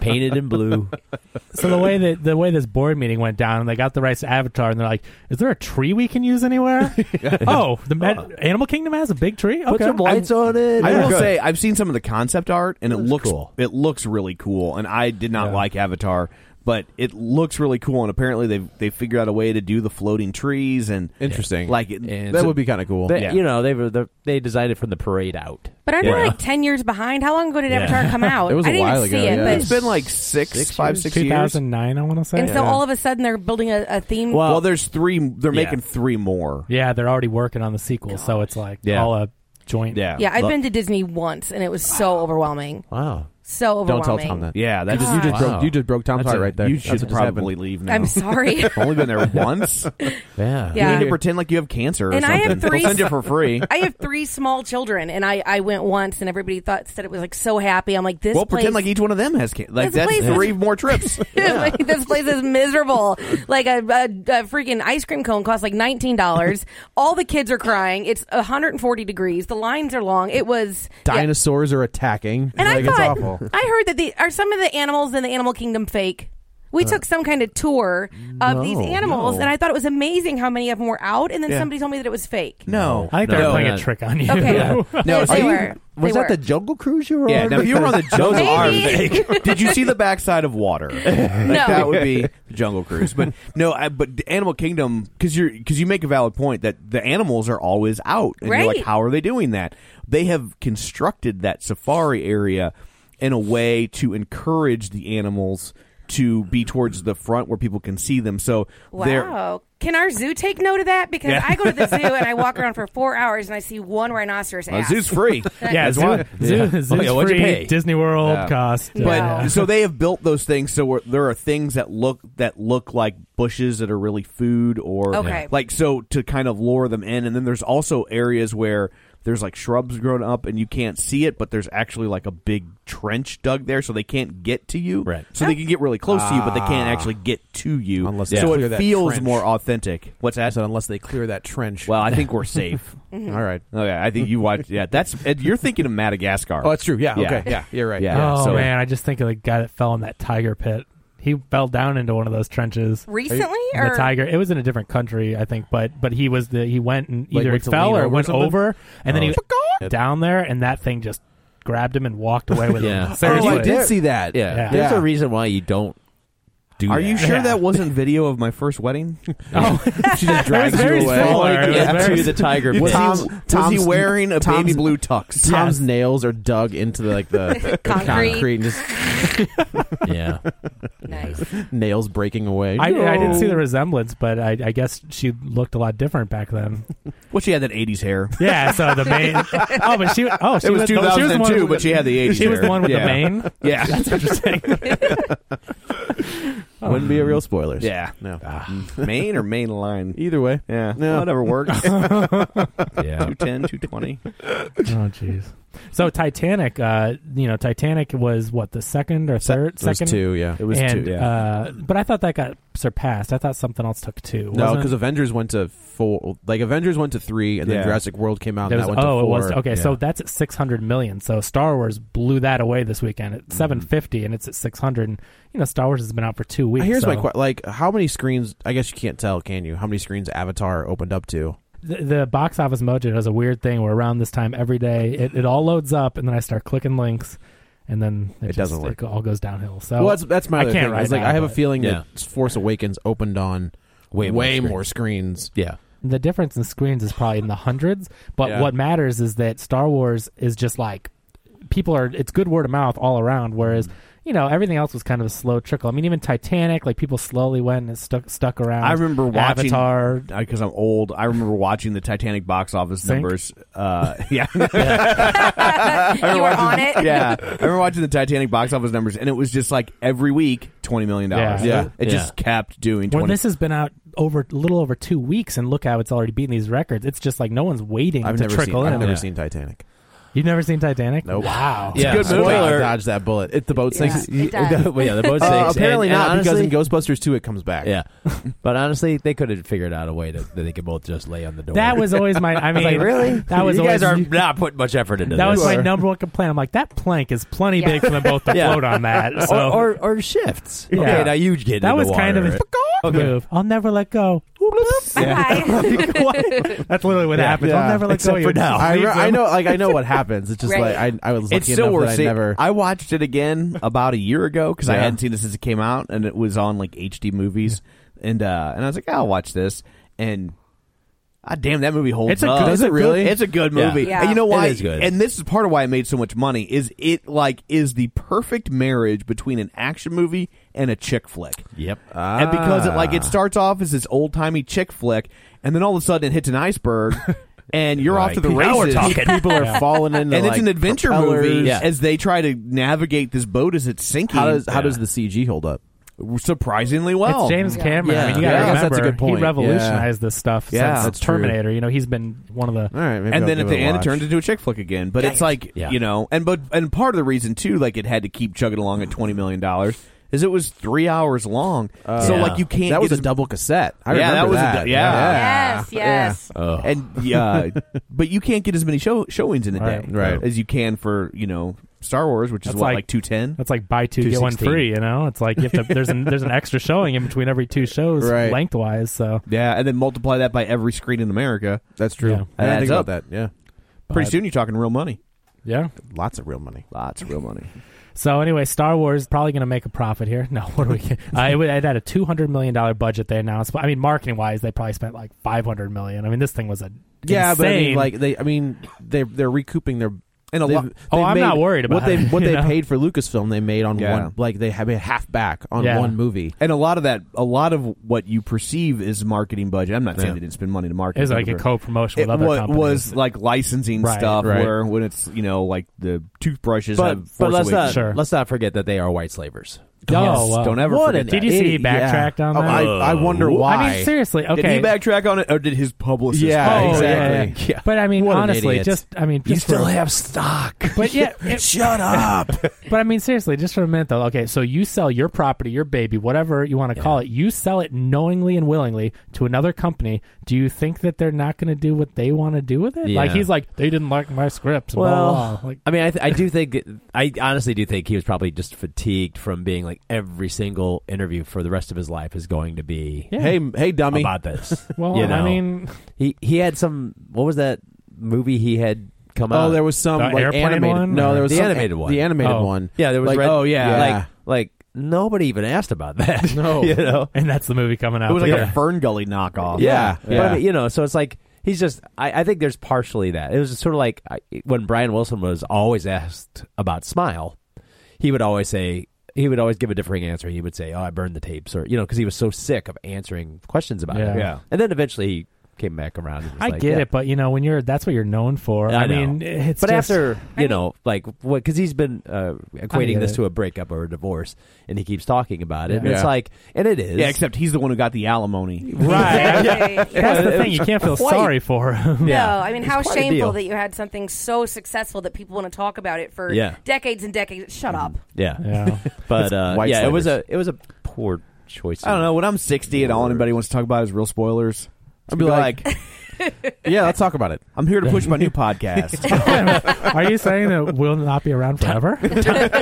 Speaker 2: painted in blue.
Speaker 4: So
Speaker 1: Uh,
Speaker 4: the way that the way this board meeting went down, and they got the rights to Avatar, and they're like, "Is there a tree we can use anywhere?" oh, the Ma- Animal Kingdom has a big tree. Okay,
Speaker 2: Put some lights on it.
Speaker 1: I will
Speaker 2: Yeah.
Speaker 1: say I've seen some of the concept art, and it
Speaker 2: Looks
Speaker 1: looks
Speaker 2: cool.
Speaker 1: it looks really cool. And I did not like Avatar, but it looks really cool. And apparently they they figured out a way to do the floating trees and
Speaker 3: Interesting.
Speaker 1: Like it,
Speaker 2: And
Speaker 3: That
Speaker 2: so-
Speaker 3: would be kind of cool.
Speaker 2: They-
Speaker 1: Yeah.
Speaker 2: You know, they were the, they designed it from the parade out.
Speaker 5: But aren't we
Speaker 1: Yeah.
Speaker 5: like ten years behind? How long ago did Avatar come out?
Speaker 3: It was a
Speaker 5: I didn't
Speaker 3: while
Speaker 5: even see
Speaker 3: ago,
Speaker 5: it.
Speaker 3: yeah.
Speaker 5: But
Speaker 1: it's been like six,
Speaker 2: Six
Speaker 1: five,
Speaker 2: years?
Speaker 1: six
Speaker 4: Two
Speaker 1: years.
Speaker 4: thousand nine, I want to say.
Speaker 5: and so all of a sudden they're building a, a theme.
Speaker 1: Well, there's three. They're
Speaker 2: Yeah.
Speaker 1: making three more.
Speaker 4: yeah, they're already working on the sequel, so it's like
Speaker 1: Yeah.
Speaker 4: all a joint.
Speaker 1: Yeah,
Speaker 5: yeah, I've
Speaker 1: Look-
Speaker 5: been to Disney once, and it was so overwhelming,
Speaker 2: Wow.
Speaker 5: so
Speaker 3: don't
Speaker 5: overwhelming.
Speaker 3: tell Tom that.
Speaker 1: Yeah, that
Speaker 3: You just broke. You just broke Tom's
Speaker 1: that's
Speaker 3: heart
Speaker 1: a-
Speaker 3: right there.
Speaker 1: You
Speaker 3: That's
Speaker 1: should
Speaker 3: what just happened.
Speaker 1: probably leave now.
Speaker 5: I'm sorry.
Speaker 1: I've only been there once.
Speaker 2: Yeah.
Speaker 5: Yeah.
Speaker 1: You need to pretend like you have cancer or
Speaker 5: And I
Speaker 1: something.
Speaker 5: have three-
Speaker 1: They'll send you for free.
Speaker 5: I have three small children, and I, I went once, and everybody thought said it was like so happy. I'm like this.
Speaker 1: well,
Speaker 5: place,
Speaker 1: pretend like each one of them has cancer. Like
Speaker 5: This
Speaker 1: that's
Speaker 5: place is-
Speaker 1: three more trips.
Speaker 5: Like, this place is miserable. Like a, a, a freaking ice cream cone costs like nineteen dollars. All the kids are crying. It's 140 degrees. The lines are long. It was yeah.
Speaker 3: Dinosaurs are attacking.
Speaker 5: And
Speaker 3: like,
Speaker 5: I thought
Speaker 3: it's awful.
Speaker 5: I heard that the are some of the animals in the animal kingdom fake. We took some kind of tour of these animals, and I thought it was amazing how many of them were out. And then somebody told me that it was fake.
Speaker 1: No,
Speaker 4: I think they're
Speaker 1: no,
Speaker 4: playing
Speaker 2: no.
Speaker 4: a trick on you.
Speaker 5: Okay,
Speaker 1: No,
Speaker 5: they
Speaker 1: are you-
Speaker 5: were.
Speaker 2: Was
Speaker 5: they
Speaker 2: that
Speaker 5: were.
Speaker 2: the Jungle Cruise you were
Speaker 1: Yeah,
Speaker 2: on?
Speaker 1: now if you were on the
Speaker 2: Those
Speaker 1: those are
Speaker 5: Maybe.
Speaker 1: fake. Did you see the backside of water? Like,
Speaker 5: No.
Speaker 1: that would be Jungle Cruise. But no, I, but the Animal Kingdom because you're because you make a valid point that the animals are always out, and you're like,
Speaker 5: Right.
Speaker 1: how are they doing that? They have constructed that safari area in a way to encourage the animals to be towards the front where people can see them. So they're
Speaker 5: Wow. Can our zoo take note of that? Because
Speaker 1: Yeah.
Speaker 5: I go to the zoo and I walk around for four hours and I see one rhinoceros
Speaker 1: Uh,
Speaker 5: ass.
Speaker 1: zoo's free.
Speaker 4: yeah,
Speaker 1: That's
Speaker 4: zoo,
Speaker 1: why.
Speaker 4: zoo, zoo's
Speaker 1: Oh, yeah, what'd you
Speaker 4: free,
Speaker 1: pay?
Speaker 4: Disney World
Speaker 1: Yeah.
Speaker 4: cost.
Speaker 1: But
Speaker 5: Yeah.
Speaker 1: so they have built those things so where there are things that look that look like bushes that are really food or
Speaker 5: Okay.
Speaker 1: like so to kind of lure them in and then there's also areas where there's like shrubs grown up and you can't see it but there's actually like a big trench dug there so they can't get to you.
Speaker 2: Right.
Speaker 1: So they can get really close to you but they can't actually get to you.
Speaker 3: Ah. Unless they
Speaker 1: so
Speaker 3: clear
Speaker 1: it
Speaker 3: that
Speaker 1: feels
Speaker 3: trench.
Speaker 1: more authentic. What's
Speaker 3: I
Speaker 1: that?
Speaker 3: said unless they clear that trench. Mm-hmm.
Speaker 1: Well, I think we're safe.
Speaker 3: all right.
Speaker 1: Oh yeah, I think you watched. Yeah, that's Ed, you're thinking of Madagascar.
Speaker 3: Oh, that's true. Yeah.
Speaker 1: Yeah.
Speaker 3: Okay. Yeah. You're right.
Speaker 1: Yeah.
Speaker 4: oh
Speaker 1: so-
Speaker 4: man, I just think of the guy that fell in that tiger pit. He fell down into one of those trenches.
Speaker 5: Recently,
Speaker 4: And
Speaker 5: or
Speaker 4: the tiger it was in a different country i think but but he was the he went and
Speaker 3: Like,
Speaker 4: either
Speaker 3: went to
Speaker 4: fell
Speaker 3: lean
Speaker 4: or
Speaker 3: over
Speaker 4: went
Speaker 3: something?
Speaker 4: over and then
Speaker 3: Oh,
Speaker 4: he
Speaker 3: shit.
Speaker 4: down there and that thing just grabbed him and walked away with
Speaker 2: Yeah.
Speaker 4: him
Speaker 2: Oh,
Speaker 3: Oh,
Speaker 4: seriously
Speaker 3: I did see that.
Speaker 2: Yeah.
Speaker 4: Yeah.
Speaker 2: There's
Speaker 3: Yeah.
Speaker 2: a reason why you don't do
Speaker 1: Are you
Speaker 2: that.
Speaker 1: sure
Speaker 2: Yeah.
Speaker 1: that wasn't video of my first wedding?
Speaker 2: Oh.
Speaker 1: she just drags
Speaker 2: It was very
Speaker 1: you away
Speaker 2: similar.
Speaker 1: Like,
Speaker 2: It was
Speaker 1: yeah,
Speaker 2: very
Speaker 1: to the tiger.
Speaker 2: similar.
Speaker 1: Was, he-
Speaker 2: Tom's-
Speaker 1: was he
Speaker 3: Tom's-
Speaker 1: wearing a baby
Speaker 3: Tom's-
Speaker 1: blue tux?
Speaker 3: Tom's nails are dug into the, like the, the
Speaker 5: Concrete.
Speaker 3: and just- yeah,
Speaker 5: Nice.
Speaker 3: nails breaking away.
Speaker 4: I, I didn't see the resemblance, but I, I guess she looked a lot different back then.
Speaker 1: Well, she had that '80s hair.
Speaker 4: Yeah, so the main. Oh, but she. Oh, she
Speaker 1: it was
Speaker 4: the- she was the one
Speaker 1: 2002,
Speaker 4: with-
Speaker 1: but she had the '80s.
Speaker 4: She was the
Speaker 1: hair.
Speaker 4: one with
Speaker 1: yeah.
Speaker 4: the mane.
Speaker 1: Yeah,
Speaker 4: that's interesting.
Speaker 3: Wouldn't be a real spoilers.
Speaker 1: Yeah,
Speaker 3: no.
Speaker 1: Mm. Main or main line?
Speaker 3: Either way,
Speaker 1: Yeah,
Speaker 3: No.
Speaker 1: whatever works.
Speaker 2: Yeah.
Speaker 1: 210, 220.
Speaker 4: Oh, jeez. So Titanic, uh, you know, Titanic was what the second or third?
Speaker 3: It was
Speaker 4: second
Speaker 3: two, yeah. It was
Speaker 4: and,
Speaker 3: two, yeah.
Speaker 4: Uh, but I thought that got surpassed. I thought something else took two.
Speaker 3: No,
Speaker 4: wasn't it?
Speaker 3: because Avengers went to four. Like Avengers went to three, and then
Speaker 1: Yeah.
Speaker 3: Jurassic World came out,
Speaker 4: That
Speaker 3: and that
Speaker 4: was-
Speaker 3: went to
Speaker 4: oh, it
Speaker 3: four.
Speaker 4: was okay. So
Speaker 3: Yeah.
Speaker 4: that's at six hundred million. So Star Wars blew that away this weekend
Speaker 3: Mm.
Speaker 4: at seven fifty, and it's at six hundred. And you know, Star Wars has been out for two weeks.
Speaker 3: here's
Speaker 4: so.
Speaker 3: my question: Like, how many screens? I guess you can't tell, can you? How many screens Avatar opened up to?
Speaker 4: The, the box office mojo does a weird thing where around this time every day it, it all loads up, and then I start clicking links, and then it,
Speaker 3: It
Speaker 4: just,
Speaker 3: doesn't work.
Speaker 4: It all goes downhill. So
Speaker 3: well, that's that's my.
Speaker 4: Oh, I
Speaker 3: other
Speaker 4: can't
Speaker 3: thing.
Speaker 4: right
Speaker 3: It's like
Speaker 4: now,
Speaker 3: I have a
Speaker 4: but-
Speaker 3: feeling
Speaker 2: Yeah.
Speaker 3: that Force Awakens opened on way,
Speaker 2: Way more screens.
Speaker 3: more screens.
Speaker 2: Yeah.
Speaker 4: the difference in screens is probably in the hundreds but
Speaker 3: Yeah.
Speaker 4: what matters is that star wars is just like people are it's good word of mouth all around whereas you know everything else was kind of a slow trickle i mean even titanic like people slowly went and stuck stuck around
Speaker 1: I remember watching
Speaker 4: avatar
Speaker 1: because I'm old. I remember watching the Titanic box office
Speaker 4: Think?
Speaker 1: numbers. Uh, yeah,
Speaker 5: you were on it.
Speaker 1: yeah. I remember watching the Titanic box office numbers, and it was just like every week twenty million dollars.
Speaker 4: Yeah. Yeah.
Speaker 1: it just kept doing. 20.
Speaker 4: Well, this has been out over a little over two weeks, and look how it's already beaten these records. It's just like no one's waiting
Speaker 3: I've
Speaker 4: to
Speaker 3: never seen.
Speaker 4: trickle in.
Speaker 3: I've never
Speaker 2: Yeah.
Speaker 3: seen Titanic.
Speaker 4: You've never seen Titanic?
Speaker 3: Nope.
Speaker 4: Wow.
Speaker 2: Yeah.
Speaker 3: Good
Speaker 2: Spoiler.
Speaker 3: Spoiler. Dodge that bullet. It the boat
Speaker 5: Yeah,
Speaker 3: sinks.
Speaker 5: it does.
Speaker 2: Well, yeah, the boat
Speaker 3: Uh,
Speaker 2: sinks. and-
Speaker 3: apparently
Speaker 2: and
Speaker 3: not,
Speaker 2: honestly-
Speaker 3: because in Ghostbusters 2 it comes back.
Speaker 2: Yeah, but honestly, they could have figured out a way to, that they could both just lay on the door.
Speaker 4: That was always my. I mean,
Speaker 2: like, really?
Speaker 4: That was
Speaker 2: you
Speaker 4: always
Speaker 2: guys are not putting much effort into
Speaker 4: that
Speaker 2: this.
Speaker 4: was my number one complaint. I'm like, that plank is plenty
Speaker 5: Yeah.
Speaker 4: big for them both to
Speaker 2: Yeah.
Speaker 4: float on that. So.
Speaker 2: or, or or shifts.
Speaker 4: Yeah.
Speaker 2: Okay, now you get
Speaker 4: That
Speaker 2: into
Speaker 4: was
Speaker 2: water,
Speaker 4: kind of a
Speaker 2: right?
Speaker 4: move. I'll never let go. That's literally what happens. I'll never let
Speaker 2: Except
Speaker 4: go.
Speaker 2: for
Speaker 4: You
Speaker 2: now.
Speaker 4: just
Speaker 3: I,
Speaker 4: leave
Speaker 3: re- I
Speaker 4: them.
Speaker 3: know, like I know what happens. It's just
Speaker 5: Right.
Speaker 3: like I, I was lucky
Speaker 1: it's still
Speaker 3: enough
Speaker 1: worth
Speaker 3: that I
Speaker 1: seeing.
Speaker 3: never.
Speaker 1: I watched it again about a year ago because I
Speaker 3: Yeah.
Speaker 1: hadn't seen it since it came out, and it was on like HD movies, and uh, and I was like, I'll watch this, and. God damn, that movie holds
Speaker 4: It's a
Speaker 1: up.
Speaker 4: good- Does it
Speaker 1: It's a
Speaker 4: really?
Speaker 1: Good, it's a good
Speaker 2: Yeah.
Speaker 1: movie.
Speaker 5: Yeah.
Speaker 1: And you know
Speaker 2: It
Speaker 1: why?
Speaker 2: is good.
Speaker 1: And this is part of why it made so much money. Is it like is the perfect marriage between an action movie and a chick flick?
Speaker 2: Yep.
Speaker 1: And because it like
Speaker 3: Ah.
Speaker 1: it starts off as this old timey chick flick, and then all of a sudden it hits an iceberg, and you're off
Speaker 2: Right.
Speaker 1: to the
Speaker 2: Now we're
Speaker 1: races.
Speaker 2: talking.
Speaker 3: People are falling into
Speaker 1: and
Speaker 3: like,
Speaker 1: it's an adventure
Speaker 3: propellers.
Speaker 1: movie
Speaker 2: Yeah.
Speaker 1: as they try to navigate this boat as it's sinking.
Speaker 3: How does how
Speaker 2: Yeah.
Speaker 3: does the CG hold up?
Speaker 1: surprisingly well?
Speaker 4: it's James Cameron. I mean, you
Speaker 3: Yeah,
Speaker 4: gotta
Speaker 3: I guess
Speaker 4: remember,
Speaker 3: that's a good point.
Speaker 4: he revolutionized this stuff
Speaker 3: Yeah,
Speaker 4: since
Speaker 3: that's true.
Speaker 4: Terminator. You know, he's been one of the.
Speaker 3: All right, maybe
Speaker 1: and
Speaker 3: I'll
Speaker 1: then
Speaker 3: give
Speaker 1: at the
Speaker 3: it a
Speaker 1: end,
Speaker 3: watch.
Speaker 1: it turns into a chick flick again. But it's like
Speaker 2: Yeah.
Speaker 1: you know, and but and part of the reason too, like it had to keep chugging along at twenty million dollars, is it was three hours long. so
Speaker 2: Yeah.
Speaker 1: like you can't.
Speaker 3: Uh, that was
Speaker 1: get
Speaker 3: a
Speaker 1: as-
Speaker 3: double cassette. I
Speaker 1: Yeah, that
Speaker 3: remember
Speaker 1: was a
Speaker 3: that.
Speaker 1: du- yeah.
Speaker 5: Yes, yes.
Speaker 2: Oh.
Speaker 1: and yeah, but you can't get as many show, showings in a day,
Speaker 4: Right.
Speaker 3: Right.
Speaker 1: As you can for you know Star Wars, which is
Speaker 4: That's
Speaker 1: what
Speaker 4: like-
Speaker 1: like two ten.
Speaker 4: That's like buy two get one
Speaker 2: 216.
Speaker 4: free. You know, it's like you have to, there's an there's an extra showing in between every two shows
Speaker 3: Right.
Speaker 4: lengthwise. So
Speaker 1: Yeah, and then multiply that by every screen in America.
Speaker 3: That's true.
Speaker 4: Yeah.
Speaker 3: I didn't
Speaker 1: Adds
Speaker 3: think about
Speaker 1: up.
Speaker 3: that. Yeah,
Speaker 1: Pretty soon you're talking real money.
Speaker 4: yeah.
Speaker 3: lots of real money.
Speaker 1: Lots of real money.
Speaker 4: So anyway, Star Wars probably going to make a profit here. No, what are we? uh, it, wa- it had a two hundred million dollar budget. They announced, but I mean, marketing wise, they probably spent like five hundred million. I mean, this thing was a
Speaker 3: Yeah, but I mean,
Speaker 4: insane-
Speaker 3: like they, I mean, they they're recouping their and a
Speaker 4: lot- Oh, I'm not worried about
Speaker 3: what they
Speaker 4: it,
Speaker 3: what
Speaker 4: you
Speaker 3: they
Speaker 4: know?
Speaker 3: paid for Lucasfilm. They made on
Speaker 1: Yeah.
Speaker 3: one like they have a half back on
Speaker 4: Yeah.
Speaker 3: one movie.
Speaker 1: And a lot of that, a lot of what you perceive is marketing budget. I'm not saying
Speaker 3: Yeah.
Speaker 1: they didn't spend money to market.
Speaker 4: it was like a
Speaker 1: whatever.
Speaker 4: co promotion
Speaker 1: It
Speaker 4: with other
Speaker 1: wa-
Speaker 4: companies.
Speaker 1: was like licensing
Speaker 4: Right,
Speaker 1: stuff
Speaker 3: right.
Speaker 1: where when it's you know like the toothbrushes
Speaker 2: but
Speaker 1: have
Speaker 2: but
Speaker 1: Force
Speaker 2: let's not
Speaker 1: Awakens.
Speaker 4: Sure.
Speaker 2: let's not forget that they are white slavers.
Speaker 4: Oh,
Speaker 1: Yes,
Speaker 4: wow.
Speaker 1: don't ever
Speaker 2: What
Speaker 1: forget
Speaker 2: an
Speaker 1: that.
Speaker 4: Did you see he
Speaker 3: Idiot, yeah.
Speaker 4: backtracked on
Speaker 3: Oh,
Speaker 4: that?
Speaker 3: I, I wonder why.
Speaker 4: I mean, seriously. Okay.
Speaker 1: Did he backtrack on it, or did his publicist?
Speaker 3: Yeah,
Speaker 4: Oh,
Speaker 3: exactly.
Speaker 4: Yeah, yeah. But I mean,
Speaker 3: What an
Speaker 4: honestly,
Speaker 3: idiot.
Speaker 4: just I mean, just for-
Speaker 2: have stock.
Speaker 4: But yeah, it-
Speaker 2: shut up.
Speaker 4: but I mean, seriously, just for a minute though. Okay, so you sell your property, your baby, whatever you want to call it. You sell it knowingly and willingly to another company. Do you think that they're not going to do what they want to do with it? Like
Speaker 2: Yeah.
Speaker 4: he's like, they didn't like my scripts. blah, blah,
Speaker 2: Well,
Speaker 4: blah. Like,
Speaker 2: I mean, I, th- I do think I honestly do think he was probably just fatigued from being like every single interview for the rest of his life is going to be
Speaker 4: yeah.
Speaker 3: Hey, hey, dummy.
Speaker 2: about this.
Speaker 4: well,
Speaker 2: you know?
Speaker 4: I mean,
Speaker 2: he he had some. What was that movie he had come
Speaker 3: Oh,
Speaker 2: out?
Speaker 3: there was some
Speaker 4: The
Speaker 3: like
Speaker 4: airplane
Speaker 3: animated.
Speaker 4: one?
Speaker 3: No, there was
Speaker 2: The
Speaker 3: some-
Speaker 2: animated one.
Speaker 3: The animated
Speaker 4: Oh.
Speaker 3: one.
Speaker 2: yeah, there was
Speaker 3: like,
Speaker 2: red,
Speaker 3: oh yeah,
Speaker 2: like like nobody even asked about that.
Speaker 4: No.
Speaker 2: you know,
Speaker 4: and that's the movie coming out.
Speaker 1: It was like
Speaker 4: Yeah.
Speaker 1: a Fern Gully knockoff.
Speaker 2: Yeah, But, I mean, you know, so it's like he's just. I, I think there's partially that. It was just sort of like I, when Brian Wilson was always asked about Smile, he would always say he would always give a differing answer. He would say, "Oh, I burned the tapes," or you know, because he was so sick of answering questions about
Speaker 4: Yeah.
Speaker 2: it.
Speaker 4: Yeah.
Speaker 2: and then eventually he came back around. And was
Speaker 4: I
Speaker 2: like,
Speaker 4: get
Speaker 2: yeah.
Speaker 4: it, but you know when you're that's what you're known for. I,
Speaker 2: know.
Speaker 4: mean, it's
Speaker 2: but
Speaker 4: just-
Speaker 2: after you know, like what? Because he's been uh, equating
Speaker 4: get
Speaker 2: this
Speaker 4: it.
Speaker 2: to a breakup or a divorce, and he keeps talking about it.
Speaker 1: Yeah.
Speaker 2: And It's
Speaker 1: Yeah.
Speaker 2: like, and it is.
Speaker 1: Yeah, except he's the one who got the alimony.
Speaker 4: Right. That's the
Speaker 2: It
Speaker 4: thing. You
Speaker 2: was
Speaker 4: can't feel
Speaker 2: quite-
Speaker 4: sorry for him.
Speaker 5: No, I mean, how
Speaker 2: quite a deal.
Speaker 5: shameful that you had something so successful that people want to talk about it for
Speaker 2: Yeah.
Speaker 5: decades and decades. Shut up.
Speaker 2: Yeah,
Speaker 4: Yeah.
Speaker 2: but uh,
Speaker 1: white
Speaker 2: yeah, it was a
Speaker 1: slavers.
Speaker 2: it was a poor choice.
Speaker 1: I don't know. When I'm 60 and all anybody wants to talk about is real spoilers, I'll be like,
Speaker 3: yeah, let's talk about it.
Speaker 1: I'm here to push my new podcast.
Speaker 4: Are you saying that we'll not be around forever?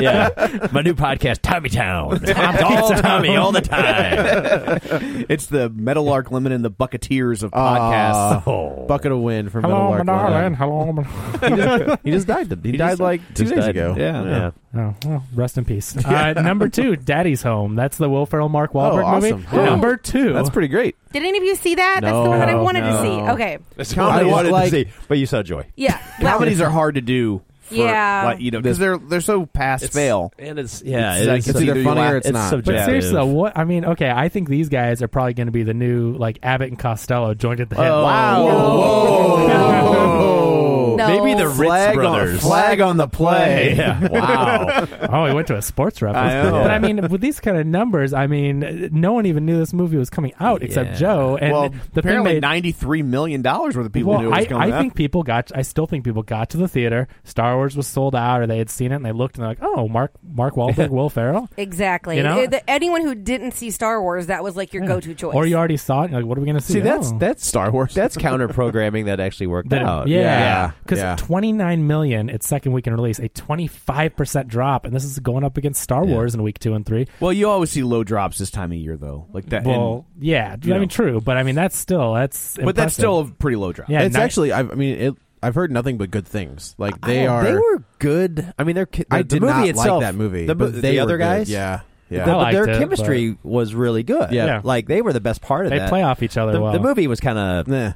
Speaker 2: yeah, my new podcast, Tommy Town. It's all Tommy all the time.
Speaker 1: it's the Metalark Lemon and the Bucketeers of podcasts.
Speaker 2: Oh.
Speaker 3: Bucket of wind from
Speaker 4: Hello, my
Speaker 3: Middle Ark
Speaker 4: darling.
Speaker 3: Line.
Speaker 4: Hello, my.
Speaker 3: He just died. The, he, died
Speaker 1: just-
Speaker 3: like two
Speaker 1: just
Speaker 3: days
Speaker 1: died.
Speaker 3: ago.
Speaker 1: Yeah.
Speaker 3: yeah.
Speaker 4: Oh, well, rest in peace. Uh, number two, Daddy's Home. That's the Will Ferrell, Mark Wahlberg
Speaker 3: Oh, awesome.
Speaker 4: movie.
Speaker 3: Yeah.
Speaker 4: Number two.
Speaker 3: That's pretty great.
Speaker 5: Did any of you see that? That's the one that I wanted to see. Okay.
Speaker 2: That's
Speaker 1: what I wanted to see,
Speaker 2: but you saw Joy.
Speaker 5: Yeah. Well,
Speaker 1: Comedies are hard to do. For,
Speaker 5: Yeah.
Speaker 1: like, you know, because they're they're so pass fail.
Speaker 2: and it's yeah,
Speaker 1: It's like- it's either funny or it's not.
Speaker 4: but seriously, though, what I mean, okay, I think these guys are probably going to be the new like Abbott and Costello joined at the hip.
Speaker 1: Wow.
Speaker 5: No. Maybe the Ritz
Speaker 1: flag
Speaker 2: brothers.
Speaker 1: On, flag on the play.
Speaker 2: Yeah.
Speaker 1: Wow.
Speaker 4: Oh, he went to a sports reference.
Speaker 1: I know.
Speaker 4: But I mean, with these kind of numbers, I mean, no one even knew this movie was coming out except
Speaker 2: Yeah.
Speaker 4: Joe. And
Speaker 1: well,
Speaker 4: the thing
Speaker 1: apparently
Speaker 4: they,
Speaker 1: ninety three million dollars worth of people knew it
Speaker 4: well,
Speaker 1: was
Speaker 4: I,
Speaker 1: coming
Speaker 4: I
Speaker 1: out.
Speaker 4: think people got. I still think people got to the theater. Star Wars was sold out, or they had seen it and they looked and they're like, "Oh, Mark, Mark Wahlberg, Will Ferrell."
Speaker 5: exactly.
Speaker 4: You know?
Speaker 5: Uh, the- anyone who didn't see Star Wars, that was like your go to choice.
Speaker 4: Or you already saw it. And you're like, what are we going to see?
Speaker 2: See, that's
Speaker 4: Oh.
Speaker 2: that's Star Wars. That's counter programming that actually worked
Speaker 4: That-
Speaker 2: out.
Speaker 4: yeah, because
Speaker 3: yeah.
Speaker 4: 29 million its second week in release, a 25 percent drop, and this is going up against Star Wars in week two and three.
Speaker 1: Well, you always see low drops this time of year, though. Like that.
Speaker 4: Well, yeah, I
Speaker 1: know.
Speaker 4: mean, true, but I mean, that's still that's,
Speaker 1: and, but that's
Speaker 4: impressive.
Speaker 1: still a pretty low drop.
Speaker 4: yeah,
Speaker 3: it's
Speaker 4: ni-
Speaker 3: actually. I've, I mean, it, I've heard nothing but good things. Like they
Speaker 1: Oh,
Speaker 3: are.
Speaker 2: They were good. I mean, they're the,
Speaker 3: I
Speaker 2: the
Speaker 3: did
Speaker 2: movie
Speaker 3: not
Speaker 2: itself,
Speaker 3: like that movie.
Speaker 2: The,
Speaker 3: but
Speaker 2: the
Speaker 3: they were
Speaker 2: other
Speaker 3: good.
Speaker 2: guys,
Speaker 3: Yeah.
Speaker 2: The-
Speaker 3: Yeah.
Speaker 4: I liked
Speaker 2: their
Speaker 4: it,
Speaker 2: chemistry was really good.
Speaker 4: Yeah. Yeah.
Speaker 2: like they were the best part of
Speaker 4: they
Speaker 2: that.
Speaker 4: play off each other
Speaker 2: the,
Speaker 4: well.
Speaker 2: the movie was kind of
Speaker 3: Nah.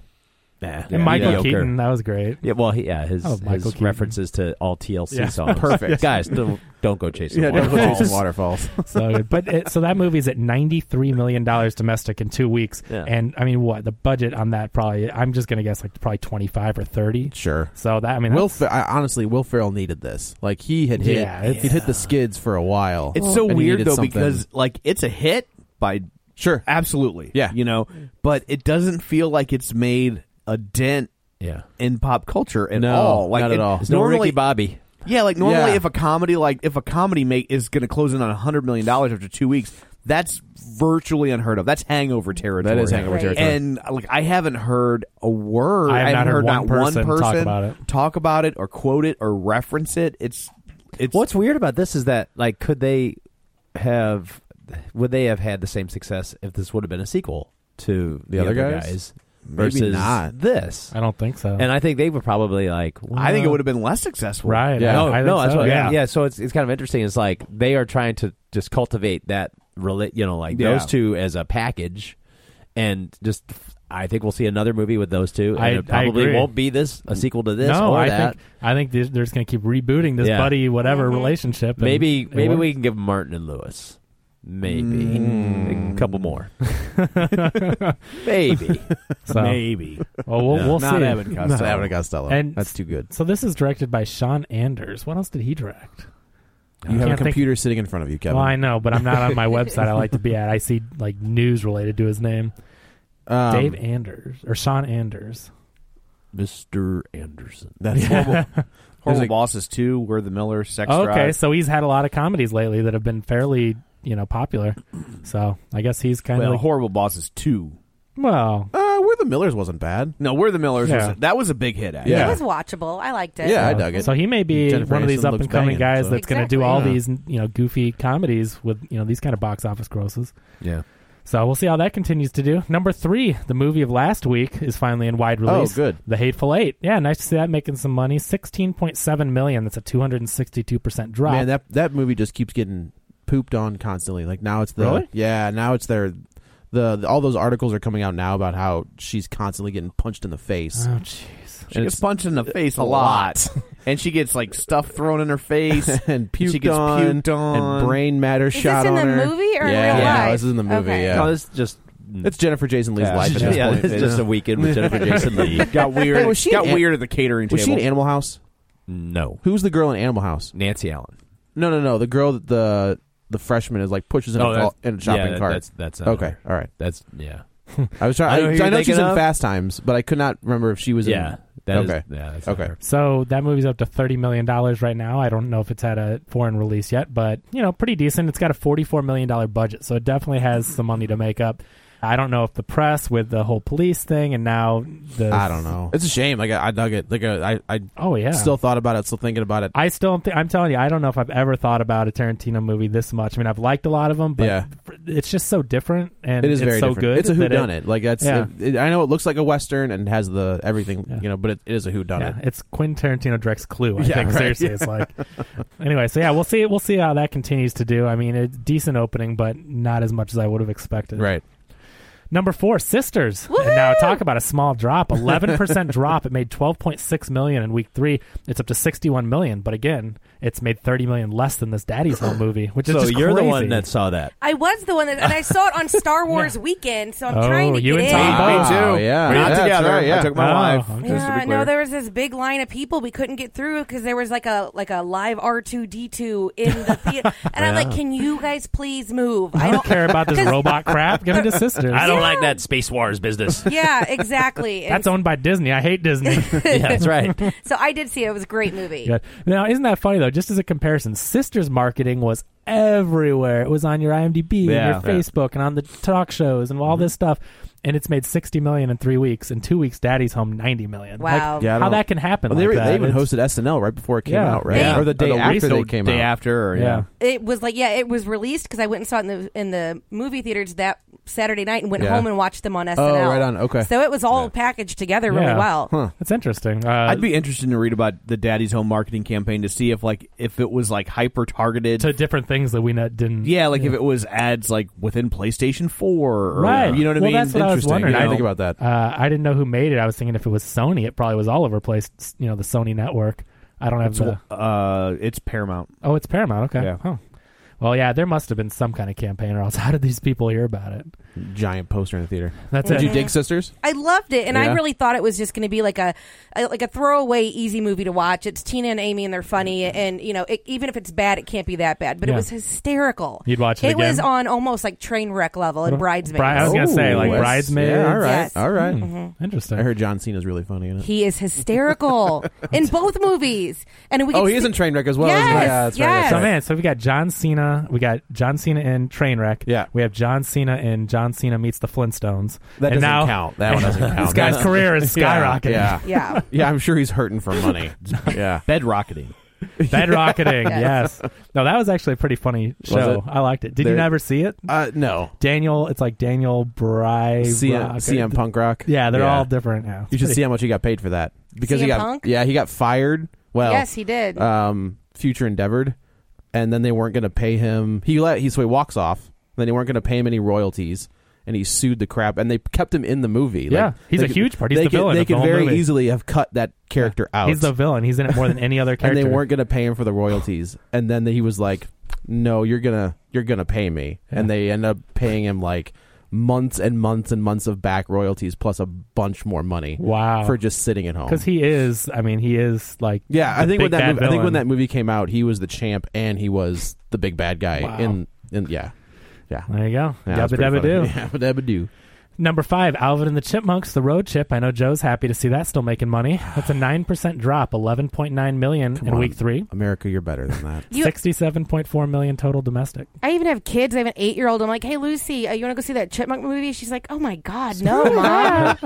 Speaker 4: and Michael Keaton, that was great.
Speaker 2: Yeah, well, he, yeah, his,
Speaker 4: Oh, Michael
Speaker 2: his
Speaker 4: Keaton.
Speaker 2: references to all TLC
Speaker 4: Yeah.
Speaker 2: songs.
Speaker 3: Perfect.
Speaker 2: guys. Don't, don't go chasing
Speaker 3: Yeah, don't go
Speaker 2: waterfalls.
Speaker 3: chasing waterfalls.
Speaker 4: So good. But it, so that movie's at ninety three million dollars domestic in two weeks,
Speaker 2: Yeah.
Speaker 4: and I mean, what the budget on that probably? I'm just gonna guess like probably twenty five or thirty.
Speaker 3: Sure.
Speaker 4: So that I mean,
Speaker 3: Will
Speaker 4: that's-
Speaker 3: Fer- I, honestly, Will Ferrell needed this. Like he had hit,
Speaker 4: Yeah,
Speaker 3: he'd
Speaker 4: it's-
Speaker 3: hit the skids for a while.
Speaker 1: It's so
Speaker 3: and he
Speaker 1: weird
Speaker 3: needed
Speaker 1: though
Speaker 3: something.
Speaker 1: because like it's a hit by
Speaker 3: Sure.
Speaker 1: absolutely,
Speaker 3: Yeah.
Speaker 1: you know, but it doesn't feel like it's made a dent
Speaker 2: Yeah,
Speaker 1: in pop culture at
Speaker 3: No,
Speaker 1: all. Like
Speaker 3: not at
Speaker 1: it-
Speaker 3: all.
Speaker 1: it's
Speaker 3: There's
Speaker 2: no
Speaker 1: normally,
Speaker 2: Ricky Bobby.
Speaker 1: yeah, like normally
Speaker 3: Yeah.
Speaker 1: if a comedy like if a comedy make is going to close in on hundred million dollars after two weeks, that's virtually unheard of. That's hangover territory.
Speaker 3: That is hangover
Speaker 5: Right.
Speaker 3: territory.
Speaker 1: And like I haven't heard a word.
Speaker 4: I have not
Speaker 1: haven't
Speaker 4: heard
Speaker 1: heard,
Speaker 4: one
Speaker 1: not
Speaker 4: person
Speaker 1: one
Speaker 4: talk
Speaker 1: person
Speaker 4: about it.
Speaker 1: talk about it or quote it or reference it. It's it's
Speaker 2: What's weird about this is that like, could they have? Would they have had the same success if this would have been a sequel to the,
Speaker 3: other
Speaker 2: other
Speaker 3: guys?
Speaker 2: guys
Speaker 3: Maybe
Speaker 2: versus
Speaker 3: not.
Speaker 2: this?
Speaker 4: I don't think so.
Speaker 2: And I think they were probably like,
Speaker 1: I think it
Speaker 2: well,
Speaker 1: would have been less successful.
Speaker 4: right?
Speaker 3: Yeah.
Speaker 4: I-
Speaker 2: No,
Speaker 4: I think
Speaker 2: no, that's
Speaker 4: so,
Speaker 2: what,
Speaker 4: yeah.
Speaker 2: yeah. So it's it's kind of interesting. It's like they are trying to just cultivate that rela- you know, like
Speaker 1: Yeah.
Speaker 2: those two as a package, and just I think we'll see another movie with those two. And
Speaker 4: I-
Speaker 2: it
Speaker 4: I
Speaker 2: probably
Speaker 4: agree.
Speaker 2: won't be this a sequel to this
Speaker 4: no,
Speaker 2: or
Speaker 4: I
Speaker 2: that.
Speaker 4: think I think they're they're just gonna keep rebooting this
Speaker 2: Yeah.
Speaker 4: buddy whatever relationship. and
Speaker 2: maybe
Speaker 4: it
Speaker 2: maybe
Speaker 4: works.
Speaker 2: we can give Martin and Lewis. Maybe a couple more. maybe
Speaker 4: So,
Speaker 1: Maybe.
Speaker 4: well, we'll, we'll
Speaker 3: not
Speaker 4: see.
Speaker 3: Abbott and Costello. Abbott and Costello.
Speaker 4: And-
Speaker 3: That's too good.
Speaker 4: So this is directed by Sean Anders. What else did he direct? I
Speaker 3: You have a
Speaker 4: can't think-
Speaker 3: computer sitting in front of you, Kevin.
Speaker 4: Well, I know, but I'm not on my website. I like to be at. I see like news related to his name,
Speaker 3: Um,
Speaker 4: Dave Anders or Sean Anders.
Speaker 2: Mr. Anderson.
Speaker 3: That's horrible.
Speaker 1: Horrible
Speaker 3: There's a-
Speaker 1: Bosses 2, We're the Miller, Sex
Speaker 4: Okay,
Speaker 1: Drive.
Speaker 4: so he's had a lot of comedies lately that have been fairly you know popular. So I guess he's kind
Speaker 1: Well,
Speaker 4: of like,
Speaker 1: Horrible Bosses 2.
Speaker 4: well,
Speaker 3: Uh, Where the Millers wasn't bad.
Speaker 1: No, We're the Millers.
Speaker 4: Yeah.
Speaker 1: Was, that was a big hit, actually.
Speaker 3: Yeah.
Speaker 5: It was watchable. I liked it.
Speaker 3: Yeah, I
Speaker 4: so-
Speaker 3: dug it.
Speaker 4: Uh, So he may be
Speaker 3: Jennifer
Speaker 4: one of these
Speaker 3: Aniston
Speaker 4: up and
Speaker 3: looks banging,
Speaker 4: coming guys
Speaker 3: so-
Speaker 4: that's going to do
Speaker 5: Exactly.
Speaker 4: all
Speaker 5: Yeah.
Speaker 4: these you know goofy comedies with you know these kind of box office grosses.
Speaker 2: Yeah.
Speaker 4: So we'll see how that continues to do. Number three, the movie of last week is finally in wide release.
Speaker 3: Oh, good.
Speaker 4: The Hateful Eight. Yeah, nice to see that making some money. Sixteen point seven million. That's a two hundred and sixty-two percent drop.
Speaker 3: Man, that that movie just keeps getting
Speaker 1: pooped on constantly. Like now it's the
Speaker 4: Really?
Speaker 1: yeah now it's their the, the- all those articles are coming out now about how she's constantly getting punched in the face.
Speaker 3: Uh,
Speaker 4: Oh jeez.
Speaker 3: She
Speaker 1: And
Speaker 3: gets
Speaker 1: it's-
Speaker 3: punched in the face a
Speaker 1: a
Speaker 3: lot.
Speaker 1: lot.
Speaker 3: and she gets like stuff thrown in her face
Speaker 1: and puked
Speaker 3: she gets
Speaker 1: on,
Speaker 3: puked on
Speaker 1: and brain matter
Speaker 5: Is this
Speaker 1: shot
Speaker 5: in
Speaker 1: on
Speaker 5: the
Speaker 1: her.
Speaker 5: movie or in
Speaker 1: yeah,
Speaker 5: real
Speaker 1: yeah,
Speaker 5: life?
Speaker 1: No, this is in the movie.
Speaker 5: Okay.
Speaker 1: Yeah,
Speaker 6: No, this is just
Speaker 1: it's Jennifer Jason Lee's
Speaker 6: Yeah.
Speaker 1: life. At this
Speaker 6: Yeah,
Speaker 1: point.
Speaker 6: it's just a weekend with Jennifer Jason Lee.
Speaker 3: got weird.
Speaker 1: Hey, was she
Speaker 3: got
Speaker 1: an-
Speaker 3: weird at the catering
Speaker 1: Was she
Speaker 3: table.
Speaker 1: in Animal House?
Speaker 6: no
Speaker 1: Who's the girl in Animal House?
Speaker 6: Nancy Allen.
Speaker 1: No, no, no. The girl that the the freshman is like pushes in,
Speaker 6: Oh,
Speaker 1: a,
Speaker 6: that's-
Speaker 1: ball- in a shopping
Speaker 6: yeah,
Speaker 1: cart.
Speaker 6: That's that's not
Speaker 1: okay.
Speaker 6: her.
Speaker 1: All right.
Speaker 6: That's yeah.
Speaker 1: I was trying.
Speaker 6: I know who
Speaker 1: I, I,
Speaker 6: you're
Speaker 1: know she's
Speaker 6: thinking
Speaker 1: in
Speaker 6: of.
Speaker 1: Fast Times, but I could not remember if she was
Speaker 6: Yeah.
Speaker 1: in.
Speaker 6: That is-
Speaker 1: okay.
Speaker 6: yeah, that's not
Speaker 1: okay.
Speaker 6: her.
Speaker 4: So that movie's up to thirty million dollars right now. I don't know if it's had a foreign release yet, but you know, pretty decent. It's got a forty-four million dollar budget, so it definitely has some money to make up. I don't know if the press with the whole police thing and now the
Speaker 1: I don't know. It's a shame. Like I, I dug it. Like uh, I, I
Speaker 4: oh yeah
Speaker 1: still thought about it. Still thinking about it.
Speaker 4: I still don't think I'm telling you I don't know if I've ever thought about a Tarantino movie this much. I mean I've liked a lot of them, but
Speaker 1: Yeah.
Speaker 4: it's just so different and
Speaker 1: it is
Speaker 4: it's
Speaker 1: very
Speaker 4: so
Speaker 1: different.
Speaker 4: good.
Speaker 1: It's a
Speaker 4: that
Speaker 1: whodunit. Like that's.
Speaker 4: Yeah.
Speaker 1: It, it, I know it looks like a western and has the everything
Speaker 4: Yeah.
Speaker 1: you know, but it, it is a whodunit.
Speaker 4: Yeah, it's Quentin Tarantino directs Clue. I
Speaker 1: Yeah,
Speaker 4: think
Speaker 1: right.
Speaker 4: seriously, it's like anyway. So yeah, we'll see. We'll see how that continues to do. I mean, a decent opening, but not as much as I would have expected.
Speaker 1: Right.
Speaker 4: Number four, Sisters. And now talk about a small drop. Eleven percent drop. It made twelve point six million in week three. It's up to sixty one million. But again, it's made thirty million less than this Daddy's Home movie, which is
Speaker 6: So
Speaker 4: just
Speaker 6: you're the
Speaker 4: crazy.
Speaker 6: one that saw that.
Speaker 5: I was the one that, and I saw it on Star Wars weekend, so I'm
Speaker 4: Oh,
Speaker 5: trying to
Speaker 4: you
Speaker 5: get
Speaker 4: and
Speaker 5: in.
Speaker 4: Tom
Speaker 1: Ah,
Speaker 4: Me
Speaker 1: too. yeah.
Speaker 3: We're
Speaker 1: Yeah,
Speaker 3: not
Speaker 1: that's
Speaker 3: together.
Speaker 1: right, yeah.
Speaker 3: I took my
Speaker 4: Oh,
Speaker 3: wife. Just to
Speaker 4: okay.
Speaker 3: be
Speaker 5: Yeah, no,
Speaker 3: clear.
Speaker 5: there was this big line of people we couldn't get through because there was like a like a live R two D two in the theater, and I'm like, "Can you guys please move?
Speaker 4: I don't care about this robot crap. Give it to Sisters.
Speaker 2: I don't like that space wars business.
Speaker 5: yeah, exactly. And
Speaker 4: That's owned by Disney. I hate Disney.
Speaker 6: yeah, that's right.
Speaker 5: so I did see it. It was a great movie.
Speaker 4: Good. Now, isn't that funny though? Just as a comparison, Sisters marketing was everywhere. It was on your IMDb
Speaker 6: Yeah.
Speaker 4: and your
Speaker 6: Yeah.
Speaker 4: Facebook and on the talk shows and all this stuff. And it's made sixty million in three weeks. In two weeks, Daddy's Home ninety million. Like,
Speaker 5: Wow.
Speaker 1: Yeah, I
Speaker 4: how
Speaker 1: don't-
Speaker 4: that can happen?
Speaker 1: Well, they,
Speaker 4: like
Speaker 1: were-
Speaker 4: that.
Speaker 1: they even
Speaker 4: It's-
Speaker 1: hosted SNL right before it came
Speaker 4: Yeah.
Speaker 1: out, right?
Speaker 4: Yeah.
Speaker 1: Or the day after
Speaker 3: week-
Speaker 1: they came
Speaker 3: day
Speaker 1: out.
Speaker 3: after, or,
Speaker 4: Yeah.
Speaker 3: yeah.
Speaker 5: It was like yeah, it was released because I went and saw it in the in the movie theaters that Saturday night and went
Speaker 1: Yeah. Oh,
Speaker 5: home and watched them on SNL.
Speaker 1: right on. Okay.
Speaker 5: So it was all packaged together
Speaker 4: Yeah.
Speaker 5: really well.
Speaker 4: It's interesting. Uh,
Speaker 3: I'd be interested to read about the Daddy's Home marketing campaign to see if like if it was like hyper targeted.
Speaker 4: to different things that we not, didn't.
Speaker 3: yeah, like if it was ads like within PlayStation Four, or,
Speaker 4: Right.
Speaker 3: You know what I
Speaker 4: Well,
Speaker 3: mean?
Speaker 4: that's what I was
Speaker 3: Interesting,
Speaker 4: wondering.
Speaker 3: you
Speaker 1: Yeah, I
Speaker 3: know?
Speaker 1: think about that.
Speaker 4: Uh, I didn't know who made it. I was thinking if it was Sony, it probably was all over place. You know, the Sony network. I don't have
Speaker 3: It's,
Speaker 4: the.
Speaker 3: uh, it's Paramount.
Speaker 4: Oh, it's Paramount. Okay.
Speaker 3: Yeah.
Speaker 4: Huh. Well, yeah, there must have been some kind of campaign, or else how did these people hear about it?
Speaker 1: Giant poster in the theater.
Speaker 4: That's
Speaker 1: Did
Speaker 4: it.
Speaker 1: you dig Sisters?
Speaker 5: I loved it, and I
Speaker 1: Yeah.
Speaker 5: really thought it was just going to be like a, a like a throwaway easy movie to watch. It's Tina and Amy, and they're funny, and you know, it, even if it's bad, it can't be that bad. But
Speaker 4: Yeah.
Speaker 5: it was hysterical.
Speaker 4: You'd watch it
Speaker 5: It was
Speaker 4: again?
Speaker 5: on almost like train wreck level in Bridesmaids.
Speaker 4: Bri- Oh. Mm-hmm. I was gonna say like
Speaker 1: Ooh, that's-
Speaker 4: bridesmaids.
Speaker 1: Yeah, all right.
Speaker 5: Yes.
Speaker 1: All right.
Speaker 4: Interesting.
Speaker 1: I heard John Cena's really funny in it.
Speaker 5: he is hysterical in both movies, and we.
Speaker 1: oh,
Speaker 5: could
Speaker 1: he is
Speaker 5: see-
Speaker 1: in Trainwreck as well.
Speaker 5: Yes,
Speaker 1: isn't he? Yeah, that's right.
Speaker 5: yes.
Speaker 1: That's
Speaker 4: so
Speaker 1: right.
Speaker 4: man, so we got John Cena, we got John Cena in Trainwreck.
Speaker 1: Yeah.
Speaker 4: we have John Cena in John Cena meets the Flintstones.
Speaker 1: That doesn't
Speaker 4: and now,
Speaker 1: count. That one doesn't count.
Speaker 4: This guy's career is skyrocketing,
Speaker 1: Yeah. yeah.
Speaker 5: Yeah.
Speaker 1: Yeah, I'm sure he's hurting for money. Yeah.
Speaker 3: Bed rocketing.
Speaker 4: bedrocketing. yes.
Speaker 5: Yes.
Speaker 4: No, that was actually a pretty funny show.
Speaker 1: it?
Speaker 4: I liked it. Did you
Speaker 1: There-
Speaker 4: never see it?
Speaker 1: Uh, no.
Speaker 4: Daniel, it's like Daniel Bry.
Speaker 1: CM, CM Punk Rock.
Speaker 4: Yeah, they're all different. Yeah,
Speaker 1: You should
Speaker 4: It's
Speaker 1: see how much he got paid for that because he
Speaker 5: CM
Speaker 1: got
Speaker 5: Punk?
Speaker 1: yeah he got fired. Well,
Speaker 5: yes, he did.
Speaker 1: um, future endeavored, and then they weren't going to pay him. He let he so he walks off. Then they weren't going to pay him any royalties, and he sued the crap. And they kept him in the movie.
Speaker 4: Yeah,
Speaker 1: Like,
Speaker 4: he's
Speaker 1: they
Speaker 4: a
Speaker 1: could-
Speaker 4: huge part. He's
Speaker 1: they
Speaker 4: the
Speaker 1: could,
Speaker 4: villain
Speaker 1: They
Speaker 4: of the
Speaker 1: could
Speaker 4: whole
Speaker 1: very
Speaker 4: movie.
Speaker 1: easily have cut that character out.
Speaker 4: He's the villain. He's in it more than any other
Speaker 1: and
Speaker 4: character.
Speaker 1: they weren't going to pay him for the royalties. and then he was like, "No, you're gonna you're gonna pay me." And they end up paying him like months and months and months of back royalties plus a bunch more money.
Speaker 4: Wow.
Speaker 1: for just sitting at home.
Speaker 4: because he is. I mean, he is like.
Speaker 1: Yeah, I
Speaker 4: the
Speaker 1: think when that
Speaker 4: big bad
Speaker 1: movie, I think
Speaker 4: villain.
Speaker 1: when that movie came out, he was the champ and he was the big bad guy.
Speaker 4: Wow.
Speaker 1: In in yeah, yeah.
Speaker 4: There you go.
Speaker 1: Yeah, that's
Speaker 4: Yabba
Speaker 1: pretty
Speaker 4: dabba
Speaker 1: funny.
Speaker 4: doo.
Speaker 1: Yabba dabba doo.
Speaker 4: Number five, Alvin and the Chipmunks, The Road Chip. I know Joe's happy to see that still making money. That's a nine percent drop, eleven point nine million in
Speaker 1: on.
Speaker 4: week three.
Speaker 1: America, you're better than that.
Speaker 5: You-
Speaker 4: Sixty-seven point four million total domestic.
Speaker 5: I even have kids. I have an eight year old. I'm like, hey, Lucy, uh, you want to go see that Chipmunk movie? She's like, oh my God, no, mom.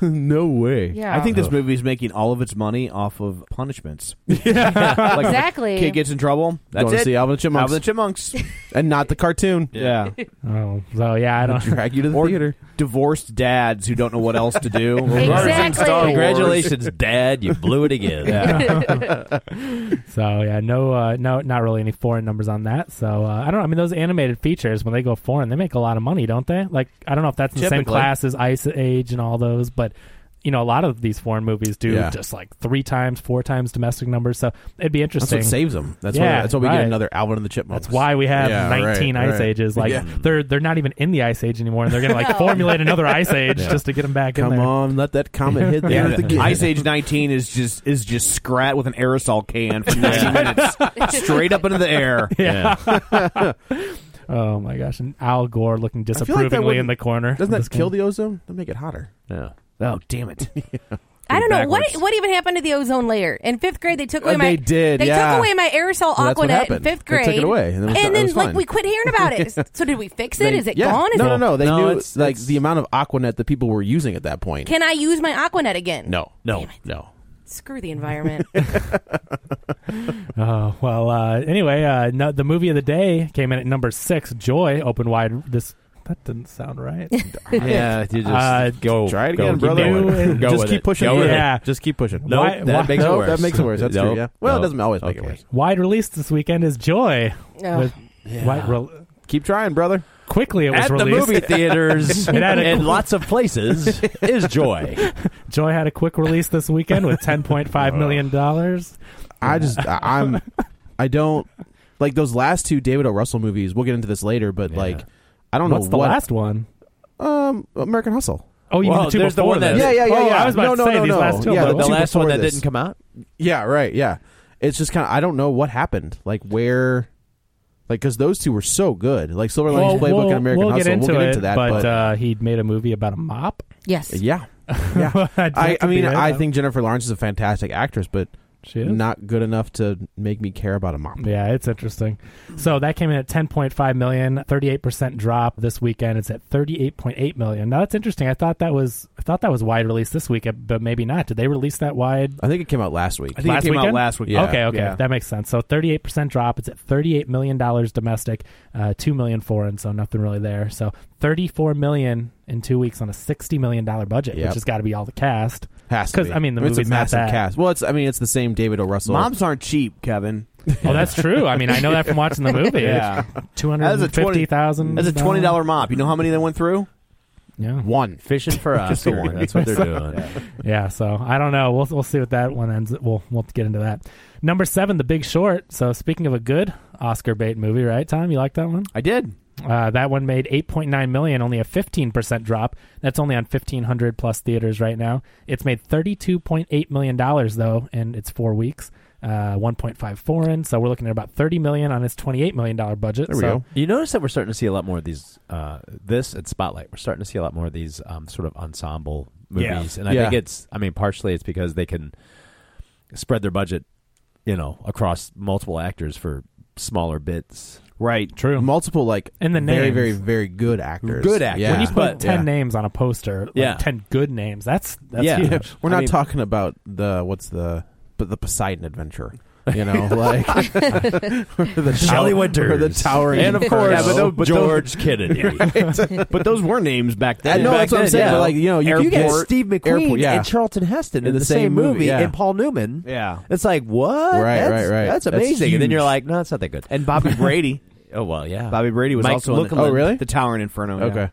Speaker 1: no way.
Speaker 5: yeah.
Speaker 3: I think this movie is making all of its money off of punishments. Like, if a
Speaker 5: Exactly.
Speaker 3: Kid gets in trouble. That's
Speaker 1: Going to
Speaker 3: it.
Speaker 1: see Alvin and the Chipmunks.
Speaker 3: Alvin and the Chipmunks.
Speaker 1: and not the cartoon.
Speaker 3: yeah.
Speaker 4: Oh, so yeah, I don't.
Speaker 1: Drag you to the
Speaker 3: or
Speaker 1: or theater. divorced dads who don't know what else to do.
Speaker 5: exactly.
Speaker 2: Congratulations, Dad! You blew it again.
Speaker 4: Yeah. so yeah, no, uh, no, not really any foreign numbers on that. So uh, I don't know. I mean, those animated features when they go foreign, they make a lot of money, don't they? Like I don't know if that's in the same
Speaker 2: Typically.
Speaker 4: class as Ice Age and all those, but you know, a lot of these foreign movies do
Speaker 3: Yeah.
Speaker 4: just like three times, four times domestic numbers. So it'd be
Speaker 3: That's
Speaker 4: interesting.
Speaker 3: what saves them. That's why.
Speaker 4: Yeah,
Speaker 3: That's why we
Speaker 4: right.
Speaker 3: get another Alvin and the Chipmunks.
Speaker 4: That's why we have
Speaker 3: Yeah,
Speaker 4: 19
Speaker 3: right,
Speaker 4: ice
Speaker 3: right.
Speaker 4: ages. Like
Speaker 3: Yeah.
Speaker 4: they're they're not even in the ice age anymore, and they're gonna like formulate another ice age
Speaker 3: Yeah.
Speaker 4: just to get them back
Speaker 3: Come
Speaker 4: in there.
Speaker 3: on, let that comet hit the
Speaker 4: Yeah.
Speaker 3: earth again.
Speaker 1: Ice Age 19 is just is just scrat with an aerosol can for 90 minutes straight up into the air.
Speaker 4: Yeah. oh my gosh, and Al Gore looking
Speaker 3: I feel like that
Speaker 4: disapprovingly in
Speaker 3: wouldn't-
Speaker 4: the corner.
Speaker 3: Doesn't that
Speaker 4: Just
Speaker 3: kill
Speaker 4: kidding.
Speaker 3: the ozone? That make it hotter.
Speaker 2: Yeah.
Speaker 1: Oh damn it!
Speaker 5: I don't know what
Speaker 1: Backwards.
Speaker 5: what even happened to the ozone layer in fifth grade. They took away
Speaker 3: Uh,
Speaker 5: my
Speaker 3: they did,
Speaker 5: they
Speaker 3: yeah.
Speaker 5: took away my aerosol
Speaker 3: Well, that's what
Speaker 5: aquanet in
Speaker 3: happened.
Speaker 5: fifth
Speaker 3: They
Speaker 5: grade.
Speaker 3: took it away, and it was- it
Speaker 5: then
Speaker 3: was
Speaker 5: like
Speaker 3: fine.
Speaker 5: we quit hearing about it. So did we fix it? Is
Speaker 3: They-
Speaker 5: it
Speaker 3: yeah.
Speaker 5: gone? Is
Speaker 3: No, no,
Speaker 5: it-
Speaker 3: no. They
Speaker 2: No,
Speaker 3: knew
Speaker 2: it's-
Speaker 3: like
Speaker 2: it's-
Speaker 3: the amount of Aquanet that people were using at that point.
Speaker 5: Can I use my aquanet again?
Speaker 3: no,
Speaker 2: No.
Speaker 3: no.
Speaker 5: Screw the environment.
Speaker 4: Oh well. Uh, anyway, uh, no, the movie of the day came in at number six. Joy opened wide. This that didn't sound right.
Speaker 2: Yeah, you just
Speaker 4: Uh,
Speaker 2: go.
Speaker 3: Try it
Speaker 2: go,
Speaker 3: again,
Speaker 2: keep
Speaker 3: brother.
Speaker 2: going. Go
Speaker 3: Just
Speaker 2: with
Speaker 3: keep
Speaker 2: it.
Speaker 3: pushing.
Speaker 2: Go
Speaker 4: it.
Speaker 2: with
Speaker 4: Yeah.
Speaker 3: just keep pushing.
Speaker 2: No,
Speaker 4: Why-
Speaker 2: that
Speaker 4: why-
Speaker 2: makes it
Speaker 4: No,
Speaker 2: worse.
Speaker 3: that makes it worse. That's
Speaker 2: No,
Speaker 3: true. Yeah. Well,
Speaker 2: no.
Speaker 3: it doesn't always make it
Speaker 2: Okay.
Speaker 3: worse.
Speaker 4: Wide release this weekend is Joy.
Speaker 5: Oh.
Speaker 4: With- wide re-
Speaker 3: Keep trying, brother.
Speaker 4: quickly it was
Speaker 2: At the
Speaker 4: released.
Speaker 2: movie theaters
Speaker 4: It had a-
Speaker 2: and lots of places is joy.
Speaker 4: Joy had a quick release this weekend with ten point five million dollars.
Speaker 3: I just I- I'm I don't like those last two David O. Russell movies. We'll get into this later, but
Speaker 2: Yeah.
Speaker 3: like I don't
Speaker 4: What's
Speaker 3: know
Speaker 4: the
Speaker 3: what
Speaker 4: last one?
Speaker 3: um American Hustle.
Speaker 4: Oh, you mean
Speaker 2: Well,
Speaker 4: the two
Speaker 2: there's the
Speaker 4: before
Speaker 2: one that-
Speaker 4: this.
Speaker 3: Yeah, yeah, yeah,
Speaker 4: Oh,
Speaker 3: yeah.
Speaker 4: I was about
Speaker 3: No,
Speaker 4: to
Speaker 3: no,
Speaker 4: say
Speaker 3: no,
Speaker 4: these
Speaker 3: no.
Speaker 4: last two.
Speaker 3: Yeah,
Speaker 4: but
Speaker 3: the
Speaker 2: the
Speaker 3: two
Speaker 2: last one
Speaker 3: before
Speaker 2: that
Speaker 3: this.
Speaker 2: didn't come out.
Speaker 3: Yeah, right. Yeah, it's just kind of I don't know what happened. Like where. Like, because those two were so good, like Silver Linings Playbook and American
Speaker 4: we'll
Speaker 3: Hustle.
Speaker 4: Get into
Speaker 3: we'll get
Speaker 4: it,
Speaker 3: into that,
Speaker 4: but,
Speaker 3: but,
Speaker 4: uh, he made a movie about a mop.
Speaker 5: yes.
Speaker 3: yeah, yeah. I,
Speaker 4: That's
Speaker 3: I mean,
Speaker 4: the-
Speaker 3: I think Jennifer Lawrence is a fantastic actress, but
Speaker 4: she is.
Speaker 3: not good enough to make me care about a mom.
Speaker 4: Yeah, it's interesting. So that came in at 10.5 million, 38% drop this weekend. It's at 38.8 million. Now that's interesting. I thought that was I thought that was wide release this week, but maybe not. Did they release that wide?
Speaker 3: I think it came out last week.
Speaker 1: I think
Speaker 4: Last
Speaker 1: it came out
Speaker 4: weekend?
Speaker 1: last week.
Speaker 3: Yeah.
Speaker 4: okay, okay,
Speaker 1: Yeah.
Speaker 4: that makes sense. So 38% drop. It's at 38 million dollars domestic, uh, 2 million foreign, so nothing really there. So 34 million in 2 weeks on a 60 million dollar budget,
Speaker 3: Yep.
Speaker 4: which has got to be all the cast.
Speaker 3: Has to
Speaker 4: 'Cause,
Speaker 3: be.
Speaker 4: I mean, the
Speaker 3: it's a
Speaker 4: movie's not
Speaker 3: massive
Speaker 4: that-
Speaker 3: cast. Well, it's I mean, it's the same David O. Russell.
Speaker 1: Moms aren't cheap, Kevin.
Speaker 4: Oh, that's true. I mean, I know that from watching the movie.
Speaker 1: Yeah. That's a 20
Speaker 4: 250,000.
Speaker 1: That's a twenty dollar mop. You know how many they went through?
Speaker 4: Yeah.
Speaker 1: One.
Speaker 2: Fishing for us. That's what they're doing.
Speaker 4: Yeah, so I don't know. We'll we'll see what that one ends. We'll we'll get into that. Number seven, The Big Short. So speaking of a good Oscar bait movie, right, Tom? You like that one?
Speaker 1: I did.
Speaker 4: Uh, that one made eight point nine million, only a fifteen percent drop. That's only on fifteen hundred plus theaters right now. It's made thirty two point eight million dollars though, in its four weeks. Uh, one point five foreign. So we're looking at about thirty million on its twenty eight million dollar budget.
Speaker 3: There we
Speaker 4: so
Speaker 3: go.
Speaker 2: You notice that we're starting to see a lot more of these. Uh, this and Spotlight, we're starting to see a lot more of these um, sort of ensemble
Speaker 4: Yeah.
Speaker 2: movies, and I
Speaker 3: Yeah.
Speaker 2: think it's. I mean, partially it's because they can spread their budget, you know, across multiple actors for smaller bits.
Speaker 1: Right.
Speaker 4: True.
Speaker 3: multiple like
Speaker 4: And the
Speaker 3: very,
Speaker 4: names.
Speaker 3: very, very good actors.
Speaker 2: Good actors.
Speaker 3: Yeah.
Speaker 4: When you put
Speaker 2: But-
Speaker 4: ten
Speaker 3: yeah.
Speaker 4: names on a poster, like
Speaker 2: Yeah.
Speaker 4: ten good names. That's that's
Speaker 2: Yeah.
Speaker 4: huge.
Speaker 3: We're not
Speaker 2: I mean-
Speaker 3: talking about the what's the but the Poseidon Adventure. You know, like the
Speaker 2: Shelley
Speaker 3: tower-
Speaker 2: Winters.
Speaker 3: or the towering
Speaker 2: and of course
Speaker 3: inferno.
Speaker 2: George Kennedy.
Speaker 1: But those were names back
Speaker 3: I
Speaker 1: then.
Speaker 3: know,
Speaker 1: Back
Speaker 3: that's what I'm
Speaker 1: then,
Speaker 3: saying.
Speaker 1: yeah.
Speaker 3: But like you know, you,
Speaker 2: you
Speaker 3: you
Speaker 2: get
Speaker 3: get
Speaker 2: Steve McQueen
Speaker 3: airport, yeah.
Speaker 2: and Charlton Heston in, the, same, movie,
Speaker 3: yeah.
Speaker 2: and Paul Newman.
Speaker 1: Yeah.
Speaker 2: It's like what?
Speaker 3: Right,
Speaker 2: that's,
Speaker 3: right, right.
Speaker 2: That's
Speaker 3: That's
Speaker 2: amazing. and then
Speaker 3: huge.
Speaker 2: you're like, no, it's not that good.
Speaker 1: And Bobby Brady.
Speaker 2: Oh well, yeah.
Speaker 1: Bobby Brady was
Speaker 2: Mike
Speaker 1: also in the,
Speaker 2: Lookaloo.
Speaker 3: Oh, really?
Speaker 1: the Tower and Inferno. yeah.
Speaker 3: okay.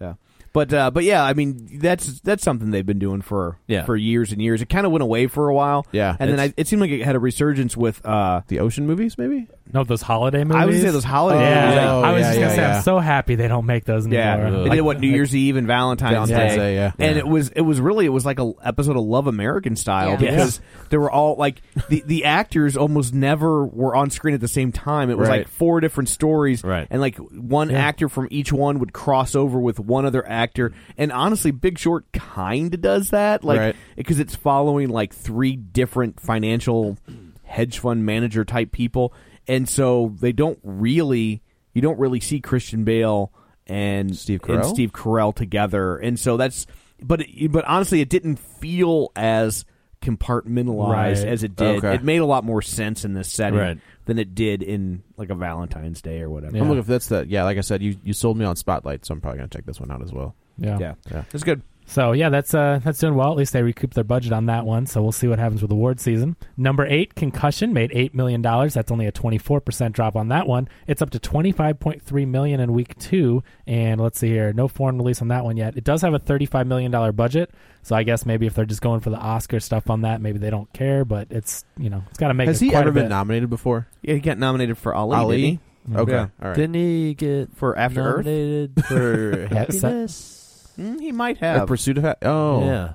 Speaker 1: Yeah. But uh, but yeah, I mean that's that's something they've been doing for
Speaker 2: Yeah.
Speaker 1: for years and years. It kind of went away for a while.
Speaker 3: Yeah.
Speaker 1: and then
Speaker 3: It's-
Speaker 1: I, it seemed like it had a resurgence with. Uh,
Speaker 3: The ocean movies, maybe.
Speaker 4: No, those holiday movies.
Speaker 1: I would say those holiday.
Speaker 4: Yeah,
Speaker 1: movies, like-
Speaker 3: Oh,
Speaker 4: I was
Speaker 3: yeah,
Speaker 4: just gonna
Speaker 3: yeah,
Speaker 4: say
Speaker 3: yeah.
Speaker 4: I'm so happy they don't make those anymore.
Speaker 1: Yeah, they did what New Year's Eve and Valentine's,
Speaker 3: Valentine's
Speaker 1: Day,
Speaker 3: Day, yeah.
Speaker 1: and
Speaker 3: Yeah.
Speaker 1: it was it was really it was like a episode of Love American Style
Speaker 5: Yeah.
Speaker 1: because they were all like the the actors almost never were on screen at the same time. It was
Speaker 3: Right.
Speaker 1: like four different stories,
Speaker 2: Right.
Speaker 1: And like one
Speaker 4: Yeah.
Speaker 1: actor from each one would cross over with one other actor, and honestly, Big Short kind of does that, like
Speaker 3: Right.
Speaker 1: because it's following like three different financial hedge fund manager type people, and so they don't really you don't really see Christian Bale and
Speaker 3: Steve
Speaker 1: and
Speaker 3: Carell?
Speaker 1: Steve Carell together, and so that's but but honestly, it didn't feel as
Speaker 7: compartmentalized
Speaker 2: Right.
Speaker 7: as it did.
Speaker 2: Okay.
Speaker 7: It made a lot more sense in this setting
Speaker 2: Right.
Speaker 7: than it did in like a Valentine's Day or whatever.
Speaker 1: I'm looking if that's the yeah. Like I said, you you sold me on Spotlight, so I'm probably gonna check this one out as well.
Speaker 4: Yeah.
Speaker 7: yeah,
Speaker 1: yeah.
Speaker 7: That's good.
Speaker 4: So yeah, that's uh that's doing well. At least they recouped their budget on that one. So we'll see what happens with award season. Number eight, Concussion made eight million dollars. That's only a twenty four percent drop on that one. It's up to twenty five point three million in week two. And let's see here, no foreign release on that one yet. It does have a thirty five million dollar budget. So I guess maybe if they're just going for the Oscar stuff on that, maybe they don't care. But it's you know it's got to make.
Speaker 1: Has
Speaker 4: it
Speaker 1: he
Speaker 4: quite
Speaker 1: ever
Speaker 4: a
Speaker 1: been
Speaker 4: bit.
Speaker 1: nominated before?
Speaker 7: Yeah, he got nominated for Ali.
Speaker 1: Ali?
Speaker 7: didn't he?
Speaker 1: Okay,
Speaker 7: Yeah.
Speaker 1: all right.
Speaker 2: Didn't he get
Speaker 7: For After Earth?
Speaker 2: nominated for
Speaker 4: Yes.
Speaker 2: happiness?
Speaker 7: Mm, he might
Speaker 1: Or
Speaker 7: have.
Speaker 1: Pursuit of Ha- Oh,
Speaker 2: Yeah.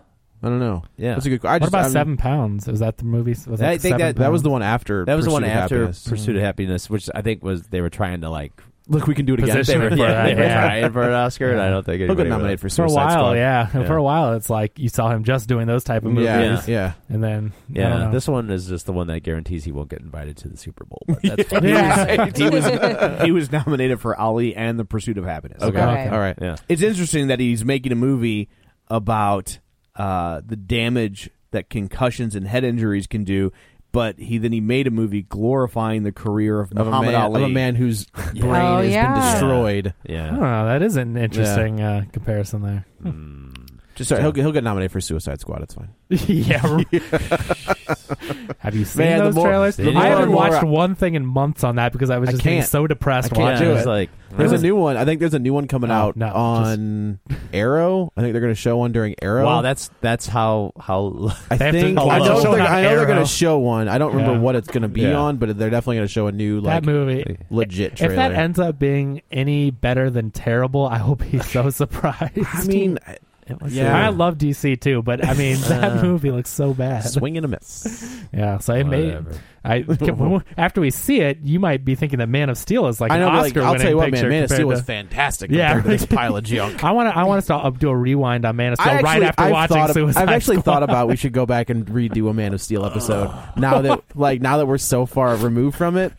Speaker 1: I don't know.
Speaker 2: Yeah.
Speaker 1: that's a good. que- I
Speaker 4: What
Speaker 1: just,
Speaker 4: about
Speaker 1: I mean,
Speaker 4: seven pounds? Was that the movie? Was that
Speaker 2: I think
Speaker 4: Seven
Speaker 2: that-
Speaker 1: That was the
Speaker 4: Pounds?
Speaker 1: one after.
Speaker 2: That was the
Speaker 1: Pursuit
Speaker 2: one
Speaker 1: of
Speaker 2: after
Speaker 1: Happiness.
Speaker 2: Pursuit of Happiness, which I think was they were trying to like
Speaker 1: Look, we can do it again.
Speaker 4: Position
Speaker 2: they were,
Speaker 4: for
Speaker 2: yeah,
Speaker 4: that,
Speaker 2: they were
Speaker 4: yeah.
Speaker 2: trying for an Oscar, and I don't think
Speaker 1: Look
Speaker 2: anybody
Speaker 1: at
Speaker 2: would have.
Speaker 1: nominated for
Speaker 4: for a
Speaker 1: Suicide
Speaker 4: while,
Speaker 1: Squad.
Speaker 4: yeah.
Speaker 2: Yeah.
Speaker 4: For a while, it's like you saw him just doing those type of movies,
Speaker 1: yeah, yeah.
Speaker 2: movies.
Speaker 4: and then I don't
Speaker 2: Yeah,
Speaker 4: know.
Speaker 2: this one is just the one that guarantees he won't get invited to the Super Bowl. But that's fine.
Speaker 7: he was he was nominated for Ali and the Pursuit of Happiness.
Speaker 1: Okay.
Speaker 5: Okay.
Speaker 1: all right.
Speaker 2: yeah,
Speaker 7: It's interesting that he's making a movie about uh, the damage that concussions and head injuries can do, but he then he made a movie glorifying the career of,
Speaker 1: Of a,
Speaker 7: Muhammad
Speaker 1: man,
Speaker 7: Ali.
Speaker 1: of a man whose brain
Speaker 5: Oh,
Speaker 1: has
Speaker 5: yeah.
Speaker 1: been destroyed.
Speaker 4: I
Speaker 2: yeah.
Speaker 4: don't know. That is an interesting uh, comparison there.
Speaker 2: mm.
Speaker 1: Just sorry, he'll get, he'll get nominated for Suicide Squad. It's fine.
Speaker 4: yeah. Have you seen
Speaker 1: Man, the
Speaker 4: those
Speaker 1: more-
Speaker 4: trailers?
Speaker 1: the
Speaker 4: I
Speaker 1: more
Speaker 4: haven't
Speaker 1: and more
Speaker 4: watched
Speaker 1: I-
Speaker 4: one thing in months on that because I was
Speaker 1: I
Speaker 4: just getting
Speaker 1: can't.
Speaker 4: so depressed
Speaker 1: I can't
Speaker 4: watching
Speaker 1: do
Speaker 4: it.
Speaker 1: it.
Speaker 2: It's like
Speaker 1: There's a new one. I think there's a new one coming
Speaker 4: No,
Speaker 1: out
Speaker 4: no, just-
Speaker 1: on Arrow. I think they're going to show one during Arrow.
Speaker 2: wow. That's that's how how
Speaker 1: I
Speaker 4: They have to
Speaker 1: think
Speaker 4: call
Speaker 1: I
Speaker 4: it.
Speaker 1: know,
Speaker 4: Show
Speaker 1: they're,
Speaker 4: it on
Speaker 1: I know they're
Speaker 4: Arrow.
Speaker 1: going to show one. I don't remember
Speaker 4: Yeah.
Speaker 1: what it's going to be
Speaker 2: Yeah.
Speaker 1: on, but they're definitely going to show a new like
Speaker 4: that movie.
Speaker 1: legit
Speaker 4: If
Speaker 1: trailer.
Speaker 4: that ends up being any better than terrible, I will be so surprised.
Speaker 1: I mean,
Speaker 4: And I
Speaker 1: yeah,
Speaker 4: love DC too, but I mean that movie looks so bad.
Speaker 1: swing and a miss.
Speaker 4: Yeah, so it may.
Speaker 2: Whatever.
Speaker 4: I after we see it, you might be thinking that Man of Steel is like
Speaker 1: I
Speaker 4: an
Speaker 1: know. but, Like,
Speaker 4: Oscar
Speaker 1: I'll tell you
Speaker 4: winning
Speaker 1: what, man.
Speaker 4: picture.
Speaker 1: Man of
Speaker 4: compared
Speaker 1: Steel was
Speaker 4: to-
Speaker 1: fantastic
Speaker 4: Yeah.
Speaker 1: compared to this pile of junk.
Speaker 4: I want to. I want to start, do a rewind on Man of Steel
Speaker 1: I
Speaker 4: right
Speaker 1: actually-
Speaker 4: after
Speaker 1: I've
Speaker 4: watching
Speaker 1: thought of-
Speaker 4: Suicide
Speaker 1: I've actually
Speaker 4: Squad.
Speaker 1: thought about we should go back and redo a Man of Steel episode now that like now that we're so far removed from it,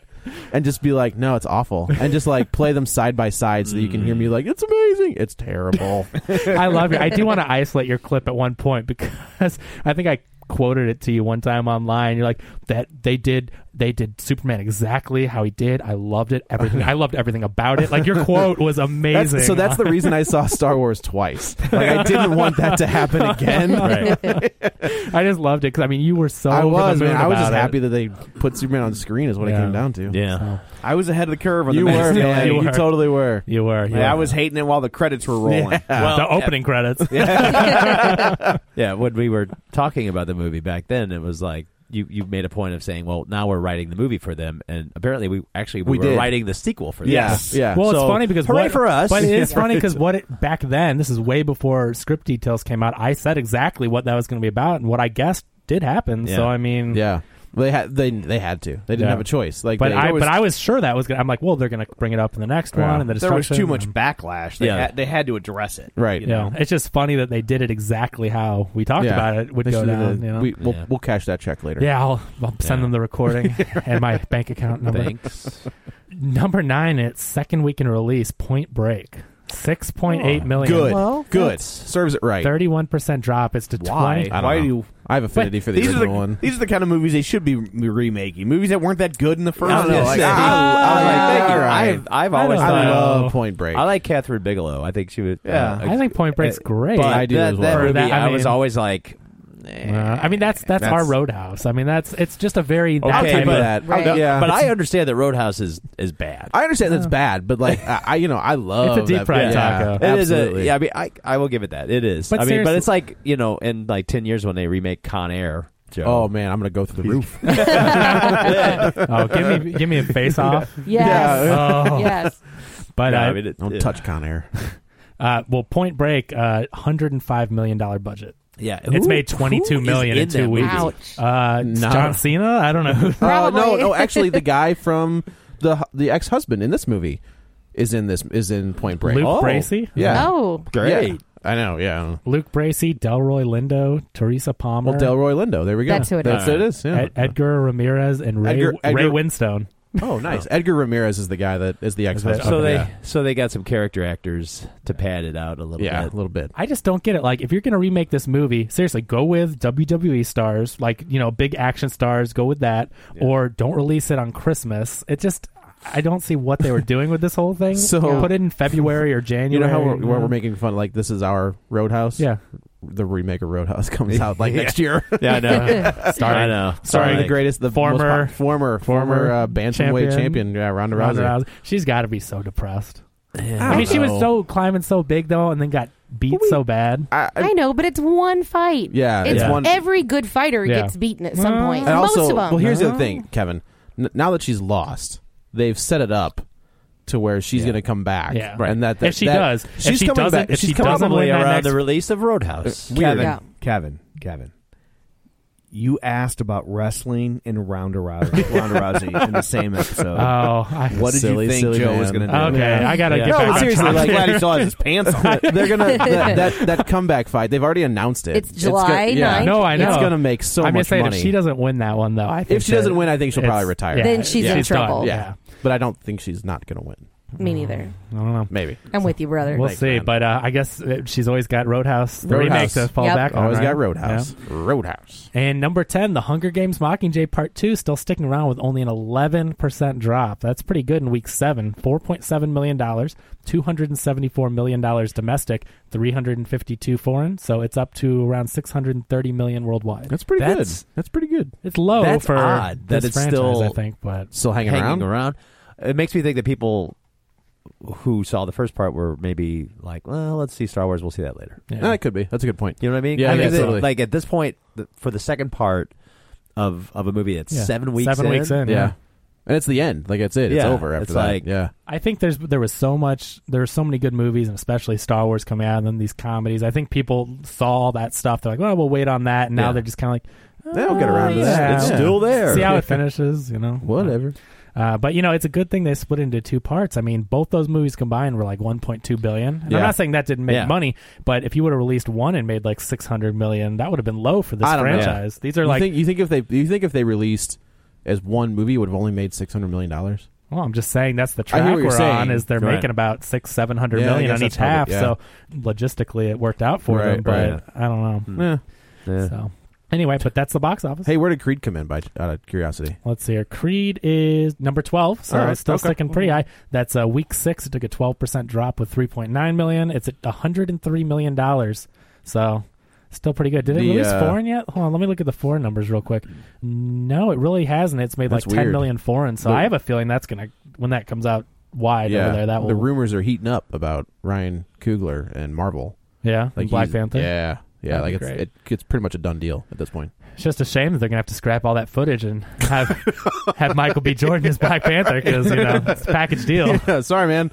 Speaker 1: and just be like, no, it's awful, and just like play them side by side so that you can hear
Speaker 4: Mm.
Speaker 1: me like, it's amazing, it's terrible.
Speaker 4: I love it. I do want to isolate your clip at one point because I think I quoted it to you one time online. You're like that they did they did Superman exactly how he did. I loved it. Everything I loved everything about it. Like your quote was
Speaker 1: That's-
Speaker 4: amazing.
Speaker 1: so that's the reason I saw Star Wars twice. Like I didn't want that to happen again.
Speaker 4: I just loved it because I mean you were so
Speaker 1: I
Speaker 4: over the
Speaker 1: was,
Speaker 4: moon
Speaker 1: man. I was just
Speaker 4: about it.
Speaker 1: happy that they put Superman on screen. Is what
Speaker 4: Yeah.
Speaker 1: it came down to.
Speaker 2: yeah.
Speaker 7: I was ahead of the curve on
Speaker 1: You
Speaker 7: the Man of
Speaker 1: were,
Speaker 7: Steel.
Speaker 1: man.
Speaker 4: You
Speaker 1: You,
Speaker 4: were.
Speaker 1: totally were.
Speaker 4: You were.
Speaker 7: Yeah, I was hating it while the credits were rolling.
Speaker 2: Well,
Speaker 4: the opening credits.
Speaker 2: Yeah, when we were talking about the movie back then, it was like you you made a point of saying, well, now we're writing the movie for them, and apparently we actually we,
Speaker 1: We
Speaker 2: were
Speaker 1: did.
Speaker 2: writing the sequel for
Speaker 1: Yes.
Speaker 2: them.
Speaker 1: Yeah.
Speaker 4: Well, it's
Speaker 2: So,
Speaker 4: funny because
Speaker 2: hooray
Speaker 4: what,
Speaker 2: for us!
Speaker 4: But it is funny because what it, back then, this is way before script details came out. I said exactly what that was going to be about, and what I guessed did happen.
Speaker 2: Yeah.
Speaker 4: So I mean,
Speaker 1: Yeah, they had they they had to. They didn't
Speaker 4: Yeah.
Speaker 1: have a choice. Like,
Speaker 4: But
Speaker 1: they,
Speaker 4: I but I was sure that was. gonna I'm like, well, they're going to bring it up in the next
Speaker 1: Yeah.
Speaker 4: one, and the
Speaker 7: there was
Speaker 4: destruction,
Speaker 7: too much
Speaker 4: and,
Speaker 7: backlash. They,
Speaker 2: Yeah.
Speaker 7: had, they had to address it.
Speaker 1: right.
Speaker 4: You know, it's just funny that they did it exactly how we talked
Speaker 1: Yeah.
Speaker 4: about it would
Speaker 1: They
Speaker 4: go
Speaker 1: should have
Speaker 4: down.
Speaker 1: did-
Speaker 4: You know?
Speaker 1: we, we'll,
Speaker 2: Yeah.
Speaker 1: we'll cash that check later.
Speaker 4: yeah, I'll, I'll send
Speaker 2: Yeah.
Speaker 4: them the recording and my bank account number.
Speaker 2: Thanks.
Speaker 4: Number nine, it's second week in release. Point Break, six point
Speaker 2: Oh,
Speaker 4: eight million.
Speaker 1: Good. Good.
Speaker 2: that's-
Speaker 1: Serves it right.
Speaker 4: Thirty-one percent drop. It's to
Speaker 7: Why?
Speaker 4: twenty.
Speaker 1: I don't
Speaker 7: Why
Speaker 1: know.
Speaker 7: do you?
Speaker 1: I have affinity for the
Speaker 7: these are
Speaker 1: original
Speaker 7: the,
Speaker 1: one.
Speaker 7: These are the kind of movies they should be re- remaking. Movies that weren't that good in the first.
Speaker 2: I don't know,
Speaker 7: place.
Speaker 2: like, I
Speaker 7: Oh, like,
Speaker 2: like-
Speaker 7: thank you.
Speaker 1: all right.
Speaker 2: I've, I've
Speaker 4: I
Speaker 2: always
Speaker 4: don't
Speaker 1: I
Speaker 2: thought
Speaker 4: know.
Speaker 1: love Point Break.
Speaker 2: I like Catherine Bigelow. I think she was.
Speaker 1: Yeah.
Speaker 2: uh,
Speaker 4: I think Point Break's
Speaker 2: uh,
Speaker 4: great.
Speaker 2: But
Speaker 1: I do
Speaker 2: that,
Speaker 1: as
Speaker 2: that
Speaker 1: well.
Speaker 2: movie,
Speaker 4: That- I
Speaker 2: I, was
Speaker 4: mean-
Speaker 2: always like,
Speaker 4: Uh, I mean, that's, that's our Roadhouse. I mean, that's it's just a very that
Speaker 2: Okay,
Speaker 4: type
Speaker 2: but-
Speaker 4: of.
Speaker 1: that.
Speaker 5: Right.
Speaker 1: I, yeah.
Speaker 2: but I understand that Roadhouse is is bad.
Speaker 1: I understand that's bad, but like I, I you know, I love
Speaker 4: It's a deep
Speaker 1: that-
Speaker 4: fried
Speaker 1: yeah,
Speaker 4: taco.
Speaker 2: It is
Speaker 1: absolutely.
Speaker 2: a yeah. I mean, I I will give it that. It is. I
Speaker 4: But
Speaker 2: mean, but
Speaker 4: seriously-
Speaker 2: it's like you know, in like ten years when they remake Con Air. Joe.
Speaker 1: Oh man, I'm gonna go through the roof.
Speaker 4: Oh, give me give me a face off.
Speaker 5: Yes.
Speaker 4: Oh,
Speaker 5: Yes.
Speaker 4: but
Speaker 2: No,
Speaker 4: uh,
Speaker 2: I mean, it,
Speaker 1: Don't
Speaker 2: yeah.
Speaker 1: touch Con Air.
Speaker 4: uh, well, Point Break, uh, hundred and five million dollar budget.
Speaker 2: Yeah,
Speaker 4: It's
Speaker 2: Who-
Speaker 4: made
Speaker 2: who
Speaker 4: twenty two
Speaker 2: is
Speaker 4: million in
Speaker 2: that
Speaker 4: two
Speaker 2: movie?
Speaker 5: Ouch.
Speaker 4: weeks. Uh,
Speaker 1: No.
Speaker 4: John Cena. I don't know. who
Speaker 1: Uh, no,
Speaker 5: Probably.
Speaker 1: no, actually the guy from the hu- the ex husband in this movie is in this is in Point Break.
Speaker 4: Luke
Speaker 2: Oh.
Speaker 4: Bracey.
Speaker 1: Yeah.
Speaker 5: Oh.
Speaker 2: Great.
Speaker 1: Yeah. I know, yeah.
Speaker 4: Luke Bracey, Delroy Lindo, Teresa Palmer,
Speaker 1: Well Delroy Lindo, there we go.
Speaker 5: That's who it
Speaker 1: That's
Speaker 5: is.
Speaker 1: it is, yeah.
Speaker 4: Ed- Edgar Ramirez, and Ray,
Speaker 1: Edgar-
Speaker 4: Ray
Speaker 1: Edgar-
Speaker 4: Winstone.
Speaker 1: Oh, nice. Edgar Ramirez is the guy that is the ex husband.
Speaker 2: So they so they got some character actors to pad it out a little
Speaker 1: Yeah,
Speaker 2: bit.
Speaker 1: a little bit.
Speaker 4: I just don't get it. Like, if you're going to remake this movie, seriously, go with WWE stars, like, you know, big action stars, go with that, or don't release it on Christmas. It just, I don't see what they were doing with this whole thing.
Speaker 1: So-
Speaker 4: put it in February or January. Mm-hmm.
Speaker 1: You know uh, how we're, where we're making fun? Like this is our Roadhouse.
Speaker 4: Yeah.
Speaker 1: the remake of Roadhouse comes out like
Speaker 2: Yeah.
Speaker 1: next year.
Speaker 2: Yeah, I know.
Speaker 1: starring,
Speaker 2: I know.
Speaker 1: starring the
Speaker 2: Like,
Speaker 1: greatest, the most
Speaker 4: former-
Speaker 1: pop- former, former uh, bantamweight
Speaker 4: champion.
Speaker 1: champion. Yeah, Ronda
Speaker 4: Ronda
Speaker 1: Rousey.
Speaker 4: Rousey. She's got to be so depressed.
Speaker 1: I
Speaker 4: I mean,
Speaker 1: don't
Speaker 4: she was
Speaker 1: know.
Speaker 4: so climbing so big though, and then got beat so bad.
Speaker 5: I know, but it's one fight.
Speaker 1: Yeah,
Speaker 5: it's
Speaker 1: it's one-
Speaker 5: Every good fighter
Speaker 4: Yeah.
Speaker 5: gets beaten at some point.
Speaker 1: And
Speaker 5: Most
Speaker 1: also,
Speaker 5: of them.
Speaker 1: well, here's
Speaker 4: Uh-huh.
Speaker 1: the thing, Kevin. N- now that she's lost, they've set it up to where she's going to come back.
Speaker 4: Yeah.
Speaker 1: and that, that
Speaker 4: If she
Speaker 1: that-
Speaker 4: does- if
Speaker 1: she's
Speaker 4: she
Speaker 1: coming
Speaker 4: doesn't-
Speaker 1: back. Uh,
Speaker 4: if she
Speaker 1: she's coming
Speaker 4: doesn't
Speaker 2: Probably
Speaker 4: win that
Speaker 2: around
Speaker 4: next-
Speaker 2: the release of Roadhouse.
Speaker 7: Kevin,
Speaker 5: Yeah.
Speaker 7: Kevin, Kevin. You asked about wrestling and Ronda Rousey, Ronda Rousey in the same episode.
Speaker 4: Oh, I-
Speaker 7: what did
Speaker 1: Silly,
Speaker 7: you think
Speaker 1: silly
Speaker 7: Joe was
Speaker 1: man.
Speaker 7: going to do?
Speaker 4: Okay, I gotta get
Speaker 7: no,
Speaker 4: back on
Speaker 7: seriously,
Speaker 4: track
Speaker 7: like,
Speaker 4: here.
Speaker 7: glad he still has his pants on.
Speaker 1: They're gonna that, that that comeback fight. They've already announced it.
Speaker 5: It's July
Speaker 1: gonna, yeah.
Speaker 5: 9th.
Speaker 4: No, I know.
Speaker 1: It's gonna make so
Speaker 4: I'm
Speaker 1: much
Speaker 4: just saying,
Speaker 1: money.
Speaker 4: if she doesn't win that one though, I think
Speaker 1: If she doesn't
Speaker 4: that
Speaker 1: win, I think she'll
Speaker 4: it's-
Speaker 1: probably retire.
Speaker 4: yeah,
Speaker 5: Then she's in
Speaker 4: done.
Speaker 5: trouble.
Speaker 1: yeah. but I don't think she's not gonna win.
Speaker 5: Me
Speaker 1: Oh.
Speaker 5: neither.
Speaker 4: I don't know.
Speaker 1: Maybe
Speaker 5: I'm with you, brother.
Speaker 4: We'll
Speaker 1: Thanks,
Speaker 4: see,
Speaker 1: man.
Speaker 4: but uh, I guess uh, she's always got Roadhouse, the remake
Speaker 1: Roadhouse.
Speaker 4: to fall
Speaker 5: Yep.
Speaker 4: back on.
Speaker 1: always
Speaker 4: right?
Speaker 1: got Roadhouse.
Speaker 4: Yeah.
Speaker 1: Roadhouse.
Speaker 4: And number 10, The Hunger Games Mockingjay Part 2, still sticking around with only an 11% drop. That's pretty good in week 7. $4.7 million, $274 million domestic, 352 foreign. So it's up to around 630 million worldwide.
Speaker 1: That's pretty
Speaker 2: That's-
Speaker 1: good. That's pretty good.
Speaker 4: It's low
Speaker 2: That's
Speaker 4: for
Speaker 2: odd that
Speaker 4: this
Speaker 2: it's
Speaker 4: franchise,
Speaker 2: still-
Speaker 4: I think, but
Speaker 1: Still hanging, around.
Speaker 2: It makes me think that people who saw the first part were maybe like, well, let's see Star Wars. We'll see that later.
Speaker 4: yeah.
Speaker 1: No, that could be. That's a good point.
Speaker 2: You know what I mean?
Speaker 1: Yeah,
Speaker 2: I
Speaker 1: yeah,
Speaker 2: think that,
Speaker 1: totally.
Speaker 2: Like at this point, th- for the second part of of a movie, it's
Speaker 4: Yeah.
Speaker 2: seven weeks.
Speaker 4: Seven
Speaker 2: in.
Speaker 4: weeks in.
Speaker 1: yeah. And it's the end. Like it's it. It's
Speaker 2: Yeah.
Speaker 1: over after
Speaker 2: It's
Speaker 1: that.
Speaker 2: like-
Speaker 1: yeah.
Speaker 4: I think there's there was so much there were so many good movies and especially Star Wars coming out and then these comedies. I think people saw all that stuff. They're like, well, we'll wait on that, and now
Speaker 1: Yeah.
Speaker 4: they're just kind of like,
Speaker 1: They'll get around to
Speaker 4: "Oh,
Speaker 1: that.
Speaker 4: yeah,
Speaker 1: It's
Speaker 4: yeah.
Speaker 1: still there."
Speaker 4: See how it finishes, you know.
Speaker 1: Whatever.
Speaker 4: Uh, but you know, it's a good thing they split into two parts. I mean, both those movies combined were like 1.2 billion. And I'm
Speaker 1: Yeah.
Speaker 4: not saying that didn't make
Speaker 2: Yeah.
Speaker 4: money, but if you would have released one and made like 600 million, that would have been low for this
Speaker 1: I don't know.
Speaker 4: franchise. These are like,
Speaker 1: you think, you think if they you think if they released as one movie it would have only made six hundred million dollars?
Speaker 4: well, I'm just saying that's the
Speaker 1: I hear
Speaker 4: track
Speaker 1: what you're
Speaker 4: we're on
Speaker 1: saying.
Speaker 4: is they're
Speaker 2: Right.
Speaker 4: making about six, seven hundred
Speaker 1: Yeah, I
Speaker 4: million
Speaker 1: guess
Speaker 4: on
Speaker 1: that's
Speaker 4: each
Speaker 1: probably-
Speaker 4: half.
Speaker 1: yeah.
Speaker 4: So logistically, it worked out for
Speaker 1: Right,
Speaker 4: them, but
Speaker 1: right.
Speaker 4: I don't know.
Speaker 1: Yeah.
Speaker 2: Yeah.
Speaker 4: So anyway, but that's the box office.
Speaker 1: Hey, where did Creed come in? By out of curiosity.
Speaker 4: Let's see here. Creed is number 12, so
Speaker 1: All right,
Speaker 4: it's still
Speaker 1: okay. Mm-hmm.
Speaker 4: sticking pretty high. That's uh, week six. It took a 12% drop with 3.9 million. It's at $103 million. So still pretty good. Did it
Speaker 1: The,
Speaker 4: release
Speaker 1: uh,
Speaker 4: foreign yet? Hold on. Let me look at the foreign numbers real quick. No, it really hasn't. It's made like
Speaker 1: That's
Speaker 4: 10 million
Speaker 1: weird.
Speaker 4: foreign. So
Speaker 1: The-
Speaker 4: I have a feeling that's going to, when that comes out wide
Speaker 1: yeah.
Speaker 4: over there, that will.
Speaker 1: The rumors are heating up about Ryan Coogler and Marvel.
Speaker 4: yeah. Like Black
Speaker 1: he's-
Speaker 4: Panther.
Speaker 1: Yeah. Yeah,
Speaker 4: That'd
Speaker 1: like it's,
Speaker 4: be
Speaker 1: it, it's pretty much a done deal at this point.
Speaker 4: It's just a shame that they're going to have to scrap all that footage and have, have Michael B. Jordan as Black Panther because, you know, it's a package deal.
Speaker 1: Sorry, man.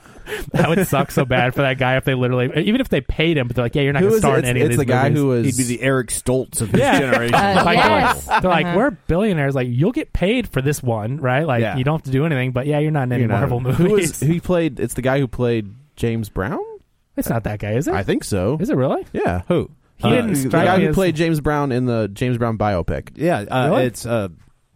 Speaker 4: that would suck so bad for that guy if they literally, even if they paid him, but they're like, yeah, you're not
Speaker 1: Who
Speaker 4: going to
Speaker 1: is
Speaker 4: star
Speaker 1: it?
Speaker 4: in
Speaker 1: It's,
Speaker 4: any of
Speaker 1: it's
Speaker 4: these
Speaker 1: the guy
Speaker 4: movies.
Speaker 1: who was
Speaker 7: He'd be the Eric Stoltz of his
Speaker 4: Yeah.
Speaker 7: generation.
Speaker 5: Uh,
Speaker 4: By
Speaker 5: yes.
Speaker 4: They're like,
Speaker 5: Uh-huh.
Speaker 4: we're billionaires. Like, you'll get paid for this one, right? Like,
Speaker 7: Yeah.
Speaker 4: you don't have to do anything, but yeah, you're not in any
Speaker 1: you know,
Speaker 4: Marvel
Speaker 1: Who
Speaker 4: movies.
Speaker 1: was he played? It's the guy who played James Brown.
Speaker 4: it's not that guy, is it?
Speaker 1: I think so.
Speaker 4: Is it really?
Speaker 1: Yeah. Who? Uh,
Speaker 4: He didn't
Speaker 1: the
Speaker 4: strike
Speaker 1: guy
Speaker 4: me
Speaker 1: who
Speaker 4: as-
Speaker 1: played James Brown in the James Brown biopic.
Speaker 2: Yeah, uh,
Speaker 4: Really?
Speaker 2: it's uh,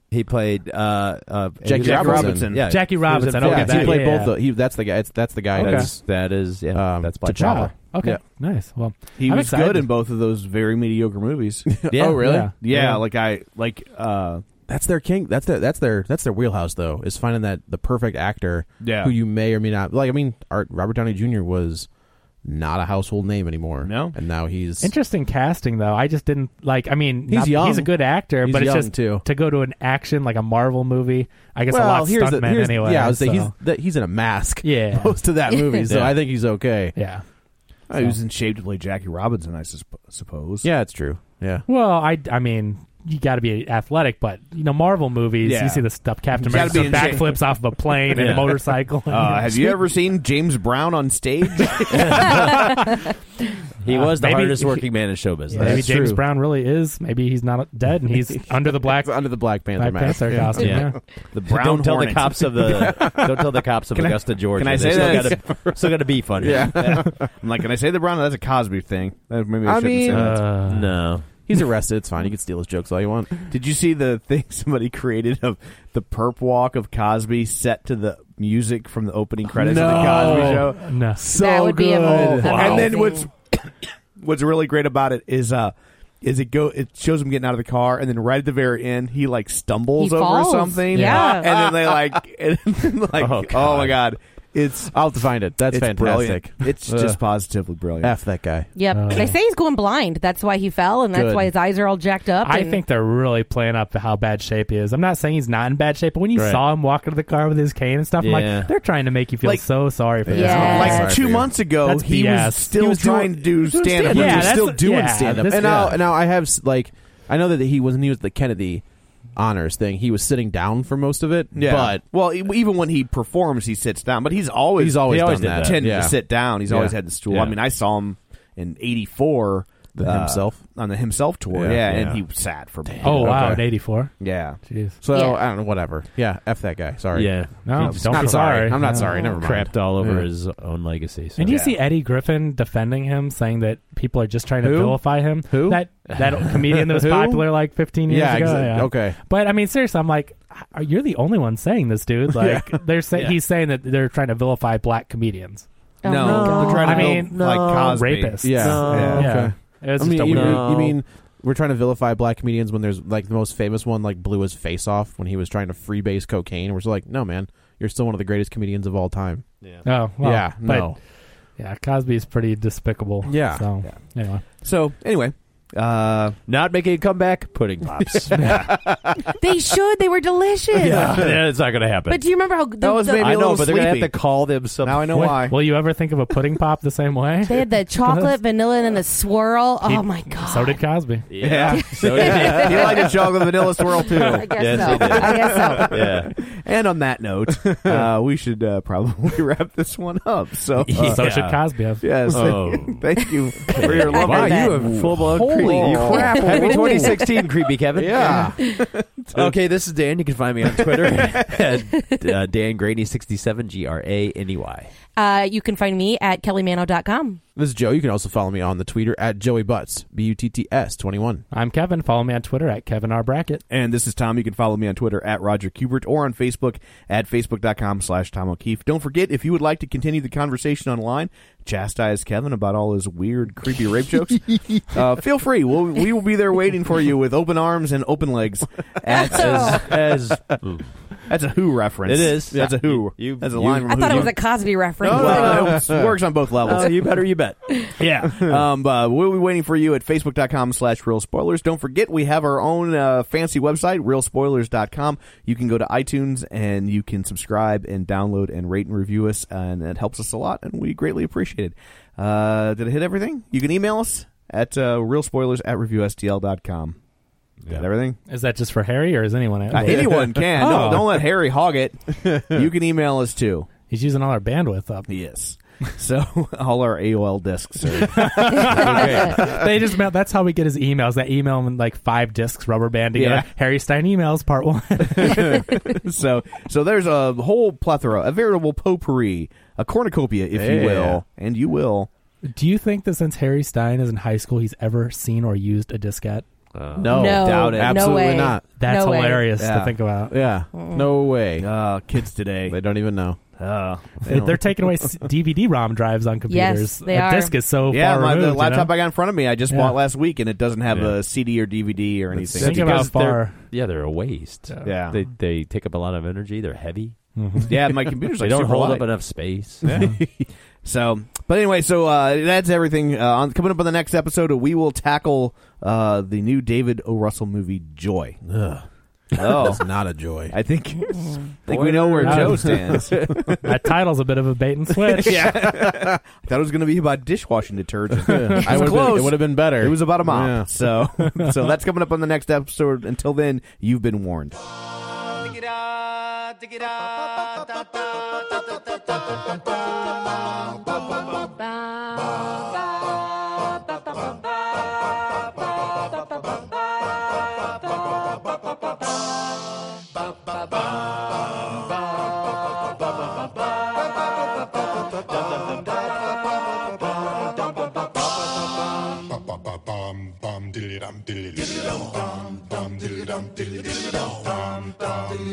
Speaker 2: he played uh, uh,
Speaker 1: Jackie Robinson.
Speaker 2: Yeah,
Speaker 4: Jackie Robinson.
Speaker 2: He was
Speaker 4: Okay,
Speaker 2: in
Speaker 1: yeah,
Speaker 2: Fast
Speaker 4: that-
Speaker 1: he played
Speaker 4: yeah,
Speaker 1: both. The, he that's the guy. It's, that's the guy.
Speaker 4: Okay.
Speaker 1: That's,
Speaker 2: That is, yeah,
Speaker 1: Um,
Speaker 2: that's
Speaker 1: to
Speaker 2: Black
Speaker 1: T'Challa.
Speaker 2: Panther.
Speaker 4: Wow. Okay.
Speaker 1: Yeah.
Speaker 4: Nice. Well,
Speaker 7: He
Speaker 4: I'm
Speaker 7: was
Speaker 4: excited.
Speaker 7: good in both of those very mediocre movies.
Speaker 2: Yeah.
Speaker 1: Oh, really?
Speaker 4: Yeah.
Speaker 7: Yeah, like I like uh
Speaker 1: that's their king. That's their that's their that's their wheelhouse though. Is finding that the perfect actor
Speaker 7: Yeah.
Speaker 1: who you may or may not like. I mean, Art, Robert Downey Jr. was not a household name anymore.
Speaker 7: No.
Speaker 1: and now he's
Speaker 4: Interesting casting, though. I just didn't like. I mean,
Speaker 1: He's
Speaker 4: not-
Speaker 1: young.
Speaker 4: He's a good actor,
Speaker 1: He's
Speaker 4: but it's
Speaker 1: young,
Speaker 4: just
Speaker 1: too.
Speaker 4: to go to an action like a Marvel movie. I guess a lot
Speaker 1: well.
Speaker 4: of
Speaker 1: Here's the
Speaker 4: stuntmen
Speaker 1: here's,
Speaker 4: anyway.
Speaker 1: yeah. I would say
Speaker 4: so-
Speaker 1: he's that, he's in a mask.
Speaker 4: Yeah.
Speaker 1: most of that movie, so
Speaker 7: Yeah.
Speaker 1: I think he's okay.
Speaker 4: yeah.
Speaker 7: he was in shape to play Jackie Robinson, I sus- suppose.
Speaker 1: Yeah, it's true. Yeah,
Speaker 4: Well, I, I mean, you got to be athletic, but you know, Marvel movies,
Speaker 7: Yeah.
Speaker 4: you see the stuff Captain
Speaker 7: You gotta
Speaker 4: America
Speaker 7: be in shape.
Speaker 4: backflips off of a plane and a
Speaker 7: Yeah.
Speaker 4: motorcycle.
Speaker 7: Uh, have you ever seen James Brown on stage?
Speaker 2: He was the
Speaker 4: maybe-
Speaker 2: hardest working man in show business.
Speaker 4: maybe
Speaker 1: That's
Speaker 4: James
Speaker 1: true.
Speaker 4: Brown really is. Maybe he's not dead and he's under the black
Speaker 1: It's under the Black Panther
Speaker 4: Black
Speaker 1: mask.
Speaker 4: Panther costume.
Speaker 2: Yeah.
Speaker 4: Yeah.
Speaker 7: The Brown
Speaker 2: don't tell
Speaker 7: Hornet.
Speaker 2: the cops of the don't tell the cops of
Speaker 7: Can I-
Speaker 2: Augusta, Georgia.
Speaker 7: can I
Speaker 2: They
Speaker 7: say
Speaker 2: still
Speaker 7: that?
Speaker 2: Got a, still got a beef on you.
Speaker 7: Yeah. I'm like, can I say the Brown? That's a Cosby thing. That- Maybe I,
Speaker 1: I
Speaker 7: shouldn't say
Speaker 1: mean-
Speaker 7: that.
Speaker 4: Uh,
Speaker 2: no,
Speaker 3: He's arrested. It's fine. You can steal his jokes all you want.
Speaker 1: Did you see the thing somebody created of the perp walk of Cosby set to the music from the opening credits
Speaker 3: No.
Speaker 1: of the Cosby Show?
Speaker 4: No,
Speaker 3: So That would be good. amazing.
Speaker 1: And then
Speaker 3: Amazing.
Speaker 1: what's what's really great about it is uh is it go it shows him getting out of the car and then right at the very end he like stumbles
Speaker 3: He
Speaker 1: over
Speaker 3: falls.
Speaker 1: something
Speaker 3: Yeah.
Speaker 1: and then they like and then like oh, my god it's
Speaker 3: I'll have to find it. That's
Speaker 1: it's
Speaker 3: fantastic.
Speaker 1: brilliant. it's just
Speaker 3: Ugh.
Speaker 1: positively brilliant
Speaker 3: F that guy.
Speaker 5: Yep. they say he's going blind. That's why he fell, and that's
Speaker 4: Good.
Speaker 5: why his eyes are all jacked up.
Speaker 4: I
Speaker 5: and-
Speaker 4: think they're really playing up how bad shape he is. I'm not saying he's not in bad shape, but when you
Speaker 1: Right.
Speaker 4: saw him walk into the car with his cane and stuff, I'm
Speaker 1: Yeah.
Speaker 4: like, they're trying to make you feel
Speaker 1: Like-
Speaker 4: so sorry for
Speaker 1: Yeah.
Speaker 4: this.
Speaker 1: Like, two months ago,
Speaker 4: That's
Speaker 1: he
Speaker 4: BS.
Speaker 1: was still trying to do stand-up.
Speaker 3: He was
Speaker 4: Yeah, that's-
Speaker 3: still doing
Speaker 4: yeah,
Speaker 3: stand up.
Speaker 4: this-
Speaker 3: And now,
Speaker 4: yeah.
Speaker 3: and now I have s- like I know that he was when he was at the Kennedy honors thing. He was sitting down for most of it.
Speaker 1: Yeah.
Speaker 3: But
Speaker 1: well, e- even when he performs, he sits down. But he's always
Speaker 3: He's always
Speaker 1: he
Speaker 3: done that.
Speaker 1: tended
Speaker 3: Yeah.
Speaker 1: to sit down. He's
Speaker 3: Yeah.
Speaker 1: always had the stool.
Speaker 3: Yeah.
Speaker 1: I mean, I saw him in '84
Speaker 3: The Himself?
Speaker 1: on the himself tour.
Speaker 3: Yeah.
Speaker 1: Yeah,
Speaker 3: Yeah.
Speaker 1: and he sat for.
Speaker 4: Oh, wow, in
Speaker 3: Okay.
Speaker 4: 84?
Speaker 1: Yeah.
Speaker 4: Jeez.
Speaker 3: So
Speaker 4: Yeah.
Speaker 3: I don't know. Whatever. Yeah. F that guy. Sorry.
Speaker 2: Yeah.
Speaker 4: No,
Speaker 3: I'm just-
Speaker 4: don't
Speaker 3: not
Speaker 4: be
Speaker 3: sorry.
Speaker 4: sorry.
Speaker 3: I'm not
Speaker 4: No.
Speaker 3: sorry. Never mind.
Speaker 2: Crapped all over
Speaker 3: Yeah.
Speaker 2: his own legacy. So.
Speaker 4: And you see Eddie Griffin defending him, saying that people are just trying to
Speaker 2: Who?
Speaker 4: vilify him.
Speaker 2: Who?
Speaker 4: That that comedian that was
Speaker 2: Who?
Speaker 4: popular like 15 years
Speaker 2: Yeah,
Speaker 4: ago.
Speaker 2: exa-
Speaker 3: okay.
Speaker 4: But I mean, seriously, I'm like, are- you're the only one saying this, dude. Like, they're say-
Speaker 2: Yeah.
Speaker 4: he's saying that they're trying to vilify black comedians.
Speaker 2: Oh
Speaker 5: Oh
Speaker 1: No, they're trying to
Speaker 4: I mean,
Speaker 1: build, like Cosby.
Speaker 4: rapists.
Speaker 3: Yeah.
Speaker 4: yeah.
Speaker 3: Okay.
Speaker 4: It was
Speaker 3: I
Speaker 4: just
Speaker 3: mean,
Speaker 4: a
Speaker 3: you,
Speaker 4: weird-
Speaker 3: you- you mean we're trying to vilify black comedians when there's like the most famous one like blew his face off when he was trying to freebase cocaine. We're just like, no, man, you're still one of the greatest comedians of all time. Yeah.
Speaker 4: Oh, well,
Speaker 3: yeah.
Speaker 4: but-
Speaker 3: No.
Speaker 4: Yeah, Cosby's pretty despicable.
Speaker 3: Yeah.
Speaker 4: So, anyway.
Speaker 1: So anyway, uh,
Speaker 2: not making a comeback, pudding pops. yeah.
Speaker 5: they should. They were delicious.
Speaker 2: Yeah, it's not going to happen.
Speaker 5: But do you remember how the, the-
Speaker 2: I know, but they're gonna have to call them some. Now I
Speaker 1: know why.
Speaker 4: Will you ever think of a pudding pop the same way?
Speaker 5: they had the chocolate, vanilla, and then the swirl? Oh my god!
Speaker 4: So did Cosby.
Speaker 1: Yeah. So did he. He liked his chocolate vanilla swirl too.
Speaker 5: I guess Yes, so. he did. I guess so.
Speaker 1: Yeah. And on that note, uh, we should uh, probably wrap this one up. So, uh,
Speaker 4: So should Cosby have.
Speaker 1: Yes.
Speaker 4: Oh.
Speaker 1: Thank you for your love.
Speaker 2: Wow, you have full blown creepy.
Speaker 1: Holy crap.
Speaker 2: Happy 2016, creepy Kevin.
Speaker 1: Yeah.
Speaker 2: okay, this is Dan. You can find me on Twitter at uh, Dan Graney sixty seven G R A N E Y.
Speaker 5: Uh, you can find me at kellymano.com.
Speaker 3: This is Joe. You can also follow me on the Twitter at Joey Butts B U T T S twenty one.
Speaker 4: I'm Kevin. Follow me on Twitter at Kevin R. Brackett.
Speaker 1: And this is Tom. You can follow me on Twitter at Roger Kubert or on Facebook at facebook.com slash Tom O'Keefe. Don't forget, if you would like to continue the conversation online, chastise Kevin about all his weird, creepy rape jokes, uh, feel free. We'll, we will be there waiting for you with open arms and open legs. At,
Speaker 2: as,
Speaker 1: that's a Who reference.
Speaker 2: It is.
Speaker 1: That's a Who.
Speaker 2: You- you-
Speaker 1: that's a line from
Speaker 5: I
Speaker 1: Who.
Speaker 5: thought it
Speaker 1: You-
Speaker 5: was a Cosby reference.
Speaker 1: No, no, no, it works on both levels.
Speaker 2: Oh, you better you bet.
Speaker 4: Yeah.
Speaker 1: um, but we'll be waiting for you at facebook.com slash real spoilers. Don't forget, we have our own uh, fancy website, realspoilers.com. You can go to iTunes and you can subscribe and download and rate and review us, and it helps us a lot, and we greatly appreciate it. Uh, did I hit everything? You can email us at uh, realspoilers at reviewstl.com. Got everything?
Speaker 4: Is that just for Harry or is anyone else?
Speaker 1: Uh, anyone can.
Speaker 4: Oh.
Speaker 1: No, don't let Harry hog it. You can email us too.
Speaker 4: He's using all our bandwidth up.
Speaker 1: Yes. So all our AOL discs are
Speaker 4: they just mail, that's how we get his emails. That email him in like five discs rubber band together.
Speaker 1: Yeah.
Speaker 4: Harry Stein emails part one.
Speaker 1: so so there's a whole plethora, a veritable potpourri, a cornucopia, if you will, and you will.
Speaker 4: Do you think that since Harry Stein is in high school, he's ever seen or used a diskette?
Speaker 1: No,
Speaker 5: No,
Speaker 1: doubt it.
Speaker 5: no
Speaker 1: Absolutely
Speaker 5: way. Mm.
Speaker 1: not.
Speaker 4: That's
Speaker 5: No way.
Speaker 4: hilarious
Speaker 1: Yeah.
Speaker 4: to think about.
Speaker 3: Yeah. No way.
Speaker 1: Uh, kids today.
Speaker 3: They don't even know.
Speaker 1: Uh,
Speaker 4: They- They're taking away s- DVD ROM drives on computers.
Speaker 5: Yes, they
Speaker 4: a
Speaker 5: are.
Speaker 4: disc is so
Speaker 1: yeah,
Speaker 4: far
Speaker 1: my,
Speaker 4: removed.
Speaker 1: the
Speaker 4: you
Speaker 1: laptop
Speaker 4: know?
Speaker 1: I got in front of me, I just
Speaker 4: Yeah.
Speaker 1: bought last week, and it doesn't have
Speaker 2: Yeah.
Speaker 1: a CD or DVD or anything.
Speaker 4: Think about
Speaker 2: Because they're-
Speaker 4: far.
Speaker 2: Yeah, they're a waste.
Speaker 1: Yeah.
Speaker 2: They, they take up a lot of energy. They're heavy.
Speaker 1: yeah, my computer's
Speaker 2: They
Speaker 1: like
Speaker 2: don't
Speaker 1: super
Speaker 2: hold
Speaker 1: light.
Speaker 2: up enough space.
Speaker 1: So, but anyway, so uh, that's everything. Uh, on, coming up on the next episode, we will tackle uh, the new David O. Russell movie, Joy. Oh,
Speaker 3: It's not a joy.
Speaker 1: I think, I think we know where
Speaker 4: Spoiler.
Speaker 1: Joe stands.
Speaker 4: Mm-hmm. that title's a bit of a bait and switch.
Speaker 1: yeah. I thought it was going to be about dishwashing detergent. I
Speaker 3: I
Speaker 1: was
Speaker 3: would've
Speaker 1: close.
Speaker 3: Been, it would have been better.
Speaker 1: It was about a mop.
Speaker 3: Yeah.
Speaker 1: So, so that's coming up on the next episode. Until then, you've been warned.
Speaker 8: bum bum
Speaker 7: diddly dum diddly diddly dum dum dum diddly dum diddly diddly dum dum dum